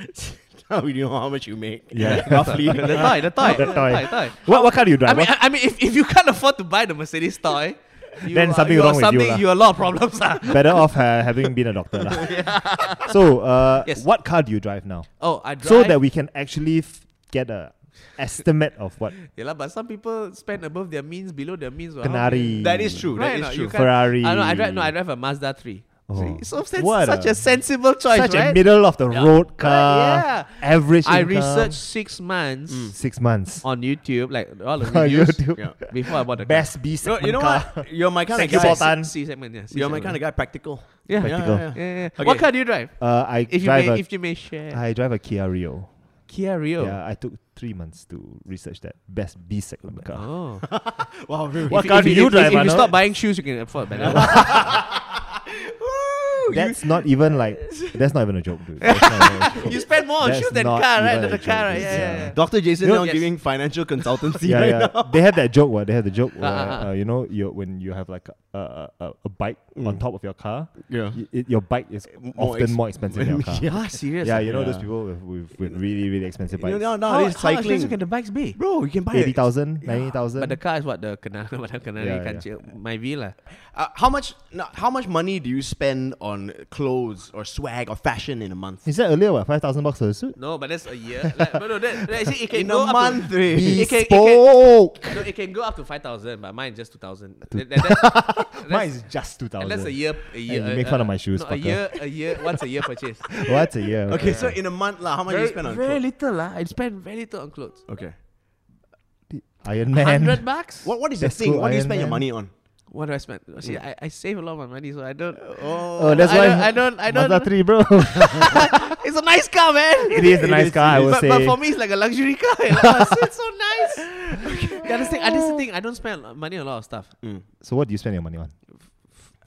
now we know how much you make.
Yeah.
roughly.
the toy, the toy,
The toy.
toy, toy.
what what car do you drive?
I mean,
What-
I, I mean, if, if you can't afford to buy the Mercedes toy, you
Then
are-
something
you are
wrong with you
something,
lah.
You have a lot of problems ah. lah.
Better off uh, having been a doctor. lah. So, uh,
Yes.
what car do you drive now?
Oh, I drive.
So that we can actually f- get a estimate of what
yeah, lah, but some people spend above their means, below their means. well, how
Canary.
That is true. That
Right or
is
not?
true.
You can't-
Ferrari.
I know. I drive. No, I drive a Mazda three.
Oh.
So, so that's
What
such
a-
a, sensible choice,
Such
right?
a middle of the road car.
yeah.
Average.
I
income,
researched Oh, six months
six months.
on YouTube, like all the
On
videos
YouTube.
Yeah.
before I bought the car.
Best B
No,
segment
you know
car.
what? You're my kind of
Thank you,
guy.
boss. Tan.
C segment, yeah. C
You're my
segment.
kind of guy. Practical.
Yeah.
Practical.
Yeah, yeah,
Yeah, yeah.
Okay.
What car do you drive?
Uh, I
If you
drive
may,
a
if you may share,
I drive a Kia Rio.
Kia Rio.
Yeah, I took three months to research that best B segment car.
Oh.
yeah. Wow. really.
What
If-
car
if
do you
if,
drive,
If, if you
Arnold?
stop buying shoes, you can afford better.
Woo, you-
That's not even like that's not even a joke, dude. That's not even a
you
joke.
spend more on
That's
shoes than
not
car, right?
even
Than
a
the car,
joke,
right? Yeah,
it's,
yeah,
uh,
yeah.
Dr. Jason
You know,
now
yes.
giving financial consultancy
yeah,
right
yeah.
now.
They have that joke. What they have the joke where
ah,
uh, you know you when you have like a a, a, a bike on top of your car,
Yeah.
y- it, your bike is
More
often
ex-
more expensive than your car.
Ah, serious.
Yeah,
ah.
you know those
Yeah.
people with, with, with really really expensive
You
bikes.
know,
How, how
nowadays
expensive can
cycling.
the bikes be?
Bro, you can buy
Eighty
it.
thousand, ninety thousand.
But the car is what the canal, what the canal
Yeah,
can't
yeah.
chill- my villa.
Uh, how much? No, how much money do you spend on clothes or swag or fashion in a month?
He said earlier, what five thousand bucks for the suit?
No, but that's a year. Like, but no, that, that, see, it can
In
go
a
up
month,
to,
eh.
it can, it can,
Bespoke.
no, it can go up to five thousand, but mine is just two thousand. That, that, that's-
Mine is just two
and that's a
thousand.
year. A year.
you
uh,
make fun
uh,
of my shoes,
no, a
fucker.
year. A year. Once a year purchase.
What's a year?
Okay, so in a month, lah, how much do you spend on
very
clothes?
little lah. I spend very little on clothes.
Okay.
Iron Man.
Hundred bucks.
What What is the
Let's
thing?
go
What do you
Iron
spend your
Man.
money on?
What do I spend? Oh, See, I, I save a lot of my money, so I don't.
Oh, that's
I
why
Don't, I don't. I don't.
Mazda 3, bro.
It's a nice car, man.
It is a nice car, I will
but, But
say.
for me, it's like a luxury car. Like, oh, it's so nice. The other thing, I just think I don't spend money on a lot of stuff.
so what do you spend your money on?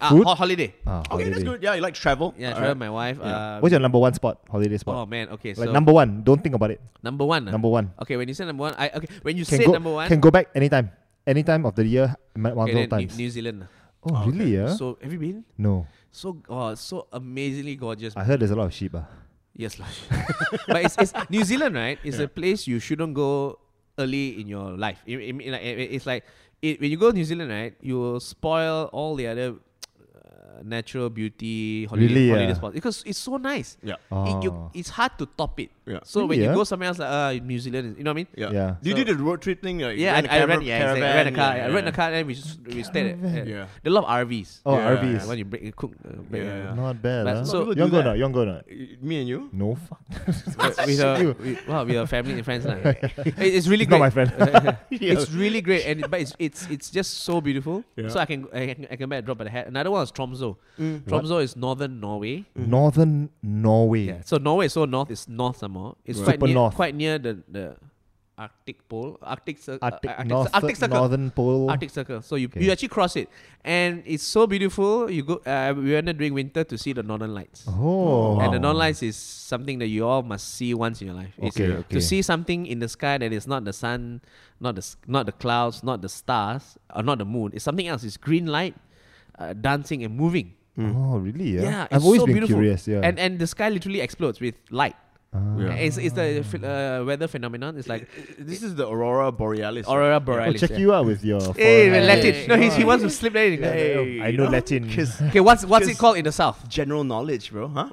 Uh,
Food?
ho- holiday.
Ah,
Okay, that's
holiday.
good. Yeah, you like travel.
Yeah, I
All
travel
right.
with my wife. Uh,
What's your number one spot? Holiday spot.
oh man. Okay,
like
so
number one. Don't think about it.
number one. ah?
Number one.
Okay, when you say number one, I okay when you
Can
say
go.
number one,
Can go back anytime. Any time of the year, m- multiple
okay, then New,
times.
New Zealand. ah.
oh, really? Yeah.
So have you been?
no,
So oh, it's so amazingly gorgeous.
I heard there's a lot of sheep. Ah.
yes, lush. but it's, it's New Zealand, right? It's a place you shouldn't go early in your life. I- I mean, like, it- it- it's like it, when you go to New Zealand, right? You will spoil all the other. uh, Natural beauty, holiday,
Really,
holiday
yeah.
spots because it's so nice.
Yeah.
It- you-
Oh.
it's hard to top it.
Yeah.
So when
Really,
you
yeah?
go somewhere else, like uh, New Zealand, is- you know what I mean?
Yeah.
Yeah.
Do you do the road trip thing? Like
Yeah,
a
I, I
caravan-
ran. Yeah, exactly. I ran a
caravan,
car.
yeah,
I ran a
yeah.
car, and we just we stayed at.
Caravan.
at-
Yeah.
There are a lot of RVs.
Oh,
Yeah,
RVs.
Yeah, when you break, you cook. Uh, break,
Yeah, yeah.
Not bad.
But
ah.
so-
you
do
want go or
that.
not? You want go or not?
Y- Me and you?
No. Fuck.
uh, with her, with, well, with her family and friends. lah. It- it's really
It's not
great.
my friend.
it's really great, and it- but it's it's it's just so beautiful.
Yeah.
So I can I can, I can make a drop at the hat. Another one is Tromso.
Mm.
Tromso is northern Norway.
Northern Norway.
Yeah. So Norway is so north. It's north some more. It's
Right.
quite
Super
near,
north.
quite near the the Arctic pole, Arctic cir- uh,
Arctic,
Arctic,
North,
Arctic circle.
Northern Pole.
Arctic Circle. So you,
Okay.
you actually cross it, and it's so beautiful. You go. Uh, we went there during winter to see the Northern Lights.
Oh.
And the Northern Lights is something that you all must see once in your life. It's
Okay, okay.
To see something in the sky that is not the sun, not the s- not the clouds, not the stars, or not the moon. It's something else. It's green light, uh, dancing and moving.
Oh, really? Yeah.
Yeah,
I've
it's
always
so
been
beautiful.
curious. Yeah. Ah.
And and the sky literally explodes with light. It's, it's the ph- uh, weather phenomenon. It's like
This is the Aurora Borealis. right?
aurora
I'll
borealis.
check
yeah.
you out with your.
Hey,
foreign-
Latin. No, he's, he wants to slip that in.
Hey,
I
you
know Latin.
'Cause
Okay, what's what's it
Just-
called in the south?
general knowledge, bro. Huh?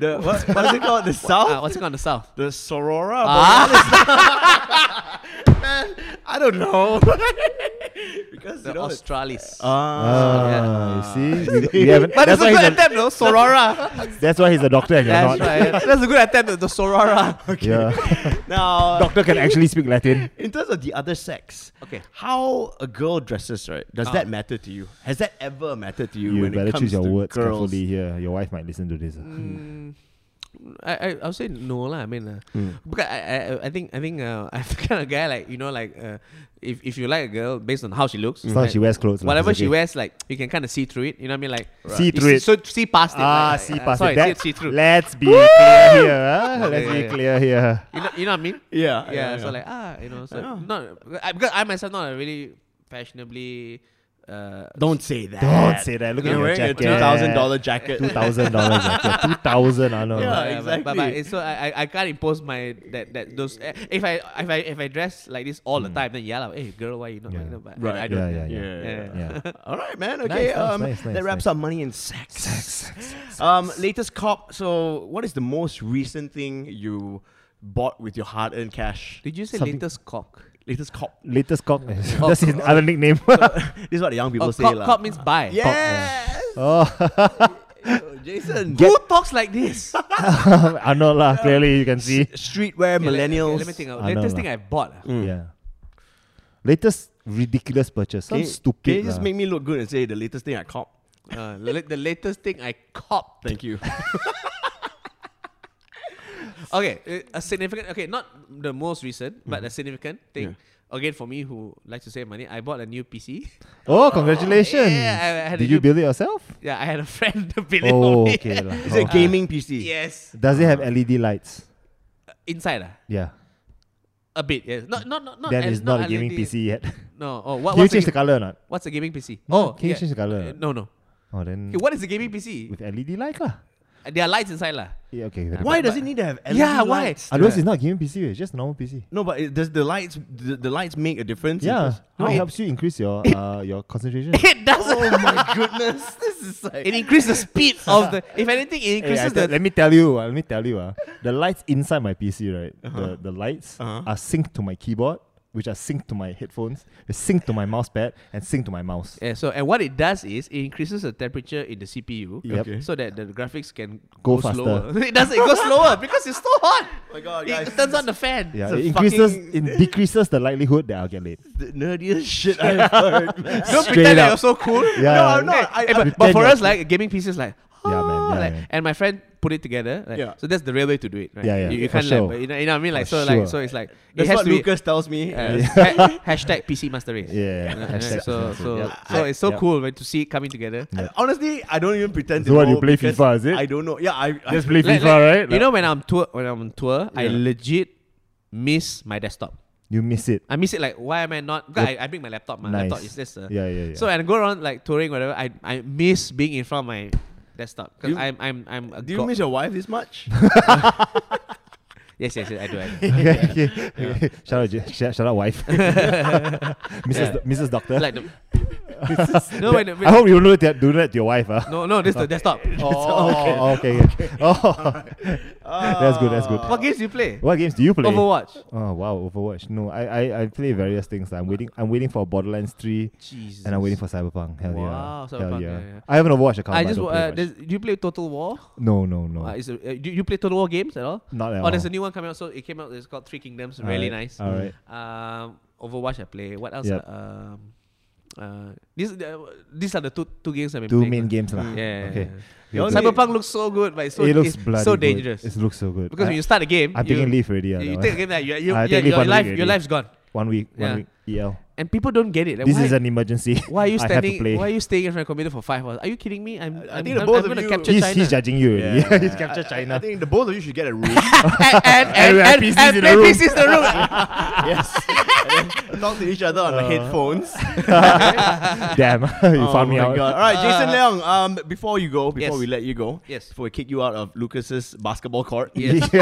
the, what, what is it called? The South?
Uh, what's it called in the south?
the Sorora?
Ah,
Ah.
Borealis? I don't know. because,
the
you know, it's-
Australis.
Ah.
Ah, you see, you,
Yeah.
you haven't,
Oh, but
that's,
it's a
why he's
good
a,
attempt, though. Sorora.
that's why he's a doctor and you're
That's
not.
right. That's a good attempt, the, the Sorora.
Yeah,
now,
doctor can actually speak Latin.
in terms of the other sex,
Okay.
how a girl dresses, right? Does that matter to you? Has that ever mattered to you?
Ah. You
when
better
it comes
choose your
to
words
girls?
carefully here. Your wife might listen to this.
Mm. I, I I would say no lah. I mean, uh,
Hmm.
because I, I I- I think I think uh, I'm the kind of guy like you know like uh, if if you like a girl based on how she looks,
As long as
like,
she wears clothes, lah,
whatever
it's
she
okay.
wears, like you can kind of see through it. You know what I mean? Like
See
you
through it.
So see past it.
Ah,
like,
see
uh,
past
sorry,
it. That,
see, see through.
Let's be clear here. ah. Let's
Yeah,
be
yeah, yeah.
clear here.
You know, you know what I mean?
Yeah,
yeah,
yeah,
so
yeah.
like ah you know so
Yeah.
not I, because I myself not a really fashionably uh
Don't say that.
Don't say that. Look
You're
at
wearing
your
a
jacket.
two thousand dollar jacket.
Two thousand dollars. Two thousand. I know.
Yeah,
uh, but- but, but
exactly.
it's so I, I I can't impose my that that those eh, if I if I if I dress like this all the time then yeah like, hey girl why you not
Yeah.
like that?" but
Right.
I, I don't
Yeah, yeah, yeah.
Yeah.
yeah.
All right, man. Okay.
nice,
um,
nice, nice,
that wraps
nice.
up money and sex. Um, latest cop. So, what is the most recent thing you bought with your hard-earned cash?
did you say
Something-
latest cock
Latest cop.
Latest cock. That's his other nickname.
this is what the young people
oh,
say,
cock,
lah.
cock means buy
Yes.
oh,
Jason.
who talks like this
I know lah. Clearly, you can see.
Streetwear
Okay, let- okay,
millennials.
let me think uh,
I know
latest thing
lah. Mm.
I bought ah.
Yeah. Latest ridiculous purchase.
Can
Sounds
you-
stupid. uh,
Can you just
lah.
make me look good and say the latest thing I cop?
uh, la- the latest thing I copped
Thank you.
Okay, uh, a significant. Okay, not the most recent, but a significant thing. Again, for me who likes to save money, I bought a new PC.
Oh, congratulations!
Yeah, I- I had a
Did you
new-
build it yourself?
yeah, I had a friend to build it for
Oh,
me.
okay. lah.
Is it a
Okay.
gaming PC?
Yes,
Does it have LED lights?
inside ah,
Yeah.
a bit. Yes, not not not. not
Then
L-
it's not a gaming
LED.
PC yet.
No. Oh, what,
Can you
what's, a
change the
ga-
color or not?
what's a gaming PC?
No,
oh,
can you change the colour?
Uh, no, no.
Oh, then
Okay, what is a gaming PC?
with LED light lah.
Uh, There are lights inside lah.
Yeah, okay. very
Why
good.
does it need to have LED
Yeah, why?
lights?
Otherwise, it's not a gaming PC. It's just a normal PC.
No, but it, does the lights the, the lights make a difference? Oh
Yeah,
Because-
no, it
it-
helps you increase your uh, your concentration.
It doesn't.
Oh my goodness! This is like
it increases the speed of the. If anything,
Hey,
it
I
increases
tell-
the.
let me tell you. Uh, let me tell you. Uh, the lights inside my PC, right? The, the lights
Uh-huh.
are synced to my keyboard which are synced to my headphones, is synced to my mouse pad, and synced to my mouse.
Yeah, so and what it does is it increases the temperature in the CPU
Yep.
Okay.
so that the graphics can
Go
go, Oh
faster.
slower. it doesn't. It goes slower because it's so hot.
my god,
it
guys.
turns on the fan.
Yeah,
So
it increases, it
fucking-
decreases the likelihood that I'll get late.
the nerdiest shit I've heard. man.
Don't
Straight
pretend that
up.
you're so cool.
Yeah.
No, I'm not.
I-
Eh, but, but
pretend
for
you're
us,
cool.
like gaming PCs, like
Yeah, man,
"Ah,"
yeah,
like-
man.
and my friend put it together. like,
Yeah.
So that's the real way to do it. Right?
Yeah, yeah,
You, you
for
can't
sure.
like, but you know, you know what I mean. Like
For
so, like
sure.
so, it's like
That's
it has
what
to
Lucas tells me.
be uh, ha- hashtag PC Master Race.
Yeah.
Uh,
hashtag
so
something.
so
Yep,
so
yep,
it's so
yep.
cool right, to see it coming together.
I- honestly, I don't even pretend to
So what,
know
you play
because
FIFA, is it?
I don't know. Yeah, I, I
Just play
Like-
FIFA,
like,
right?
You know when I'm tour when I'm on tour, I
Yeah.
legit miss my desktop.
you miss it.
I miss it like why am I not because I, I bring my laptop, my
Nice.
laptop is just uh,
Yeah, yeah, yeah.
So and I go around like touring whatever, I I miss being in front of my desktop
Do you-
because I'm I'm I'm a
Do you
god-
miss your wife this much?
yes, yes yes I do I do.
okay, okay. shout out, Je- shout, shout out, wife, Mrs.
Yeah.
Do- Mrs. Doctor.
like the, no when,
I hope you don't do that, do that to your wife, huh?
no no this is the desktop.
Oh, okay. okay. Oh, that's good. That's good.
What games do you play?
What games do you play?
Overwatch.
Oh wow, Overwatch. No, I, I, I play various things. I'm waiting. I'm waiting for Borderlands Three,
Jesus.
and I'm waiting for Cyberpunk. Hell
Wow,
yeah. Hell
Cyberpunk,
yeah.
yeah, yeah.
I have an Overwatch account.
I
but
just
don't
wa-
play
uh,
much.
there's- do you play Total War?
no, no, no.
Uh, is it- uh, do you play Total War games at all?
Not at
oh,
all.
there's a new one coming out. So it came out. It's called Three Kingdoms. really nice.
All right. Uh.
Um, Overwatch I play. What else?
Yep.
Um, uh, these uh, these are the two two games I've been
Two
playing.
main
lah.
games, lah.
Yeah, yeah,
Okay.
yeah.
Yeah,
Your
good.
cyber-
Cyberpunk looks so good, but it's so
it looks
it's
bloody
so
good.
dangerous.
It looks so good.
because
I,
when you start a game,
I'm
you,
taking leave already. Yeah,
you
that
take a
one.
game that you, you,
I
yeah,
take leave
your
one
life
week
your
already.
life's gone,
one week.
Yeah.
One week. EL.
and people don't get it. Like,
This
why,
is an emergency.
why are you
I have to
standing?
play.
Why are you staying in front of a computer for five hours? Are you kidding me? I'm,
I
I'm,
think the
I'm,
both
I'm
of
gonna
you-
capture
he's,
China.
he's judging you already.
Yeah.
he's captured China.
I think the both of you should get a room.
and and and,
Everyone
and,
PCs
and
in the
play
room.
PCs in the room.
yes. And then talk to each other on the headphones. Oh
Damn, you Uh,
Oh
found me
my
out.
God. All right, Jason Leong. Um, before you go, before
Uh, Yes.
we let you go,
Yes.
before we kick you out of Lucas's basketball court,
Yes. oh,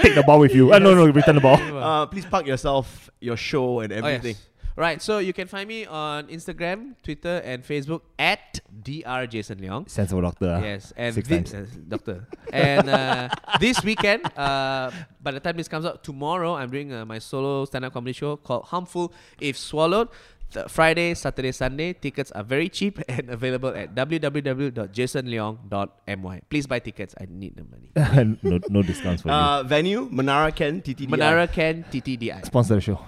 Take the ball with you. Uh, no, no, return the ball.
uh, please park yourself, your show, and
Oh, yes.
everything.
Right, so you can find me on Instagram, Twitter, and Facebook at Dr. Jason Leong.
Sensible doctor. ah.
Yes, and
Six
thi-
times.
uh, doctor. and uh, this weekend, uh, by the time this comes out, tomorrow I'm doing uh, my solo stand-up comedy show called Harmful If Swallowed. Th- Friday, Saturday, Sunday. Tickets are very cheap and available at www.jasonleong.my. Please buy tickets. I need the money.
no, no discounts for
Uh, venue Menara Ken TTD.
Monara Ken TTDI.
you. Sponsor the show.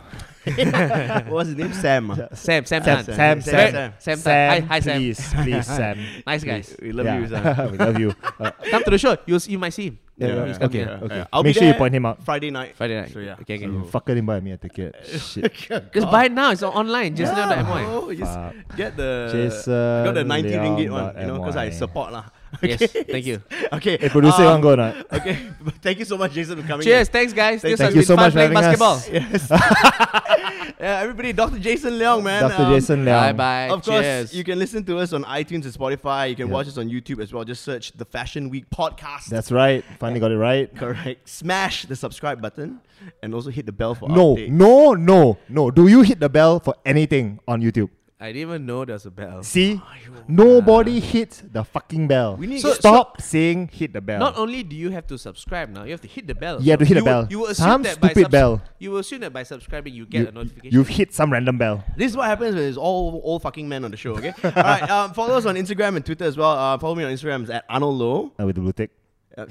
What was his name? Sam.
Sam, Sam,
Sam,
Sam,
Sam, Sam,
Sam,
Sam,
Sam, Tan. Hi, hi, Sam.
please, please, Sam.
Nice guys.
We love you, Sam.
Yeah. we love you. Uh,
Come to the show. You you might see him.
yeah,
Yeah,
yeah,
he's
Okay,
coming.
okay.
Yeah. I'll
Make
be
sure you
there. Oh.
point him out.
Friday night.
Friday night.
So, yeah.
Okay, okay.
You fucker didn't buy me a ticket. Shit. Uh,
Just buy it now. It's on- online. Just know that MY.
Oh, just
Fuck.
get the
Jason
got the 90 ringgit one,
Leong
you know, because I
MY.
support lah.
Yes. Thank you.
Okay.
Hey,
um,
producer, you want go or not?
Okay. Thank you so much, Jason, for coming.
Cheers. Thanks, guys.
Thank-
This
thank
has
you so
been fun
much for
playing
having us.
basketball.
in. Yes. yeah, everybody, Dr. Jason Leong, man.
Dr.
Um,
Jason
Bye
Leong.
bye.
Of course,
Cheers.
you can listen to us on iTunes and Spotify. You can
Yeah.
watch us on YouTube as well. Just search the Fashion Week podcast.
That's right. Finally got it right.
correct. Smash the subscribe button and also hit the bell for
No,
updates.
no, no, no. Do you hit the bell for anything on YouTube?
I didn't even know there was a bell.
See, nobody hits the fucking bell.
We need- So-
Stop saying hit the bell.
Not only do you have to subscribe now, you have to hit the bell.
You have to hit the
you will-
bell.
You will assume
Some
that by
stupid
subs-
bell.
You will assume that by subscribing you get
you,
a notification.
you've hit some random bell.
This is what happens when there's all old fucking men on the show, okay? all right, um, follow us on Instagram and Twitter as well. Uh, follow me on Instagram it's at Arnold Low.
Uh, with the blue tick.
Uh,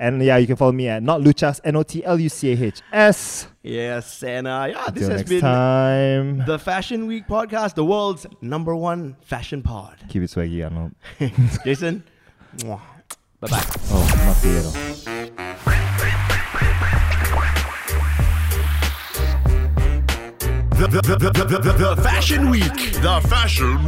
And yeah, you can follow me at not Luchas, N O T L U C A H S.
yes, and uh, yeah, this
Till
has
next
been
time.
the Fashion Week podcast, the world's number one fashion pod.
Keep it swaggy, Arnold.
Jason, mwah.
bye bye.
Oh, not Piero.
The, the, the, the, the, the, the Fashion Week. The Fashion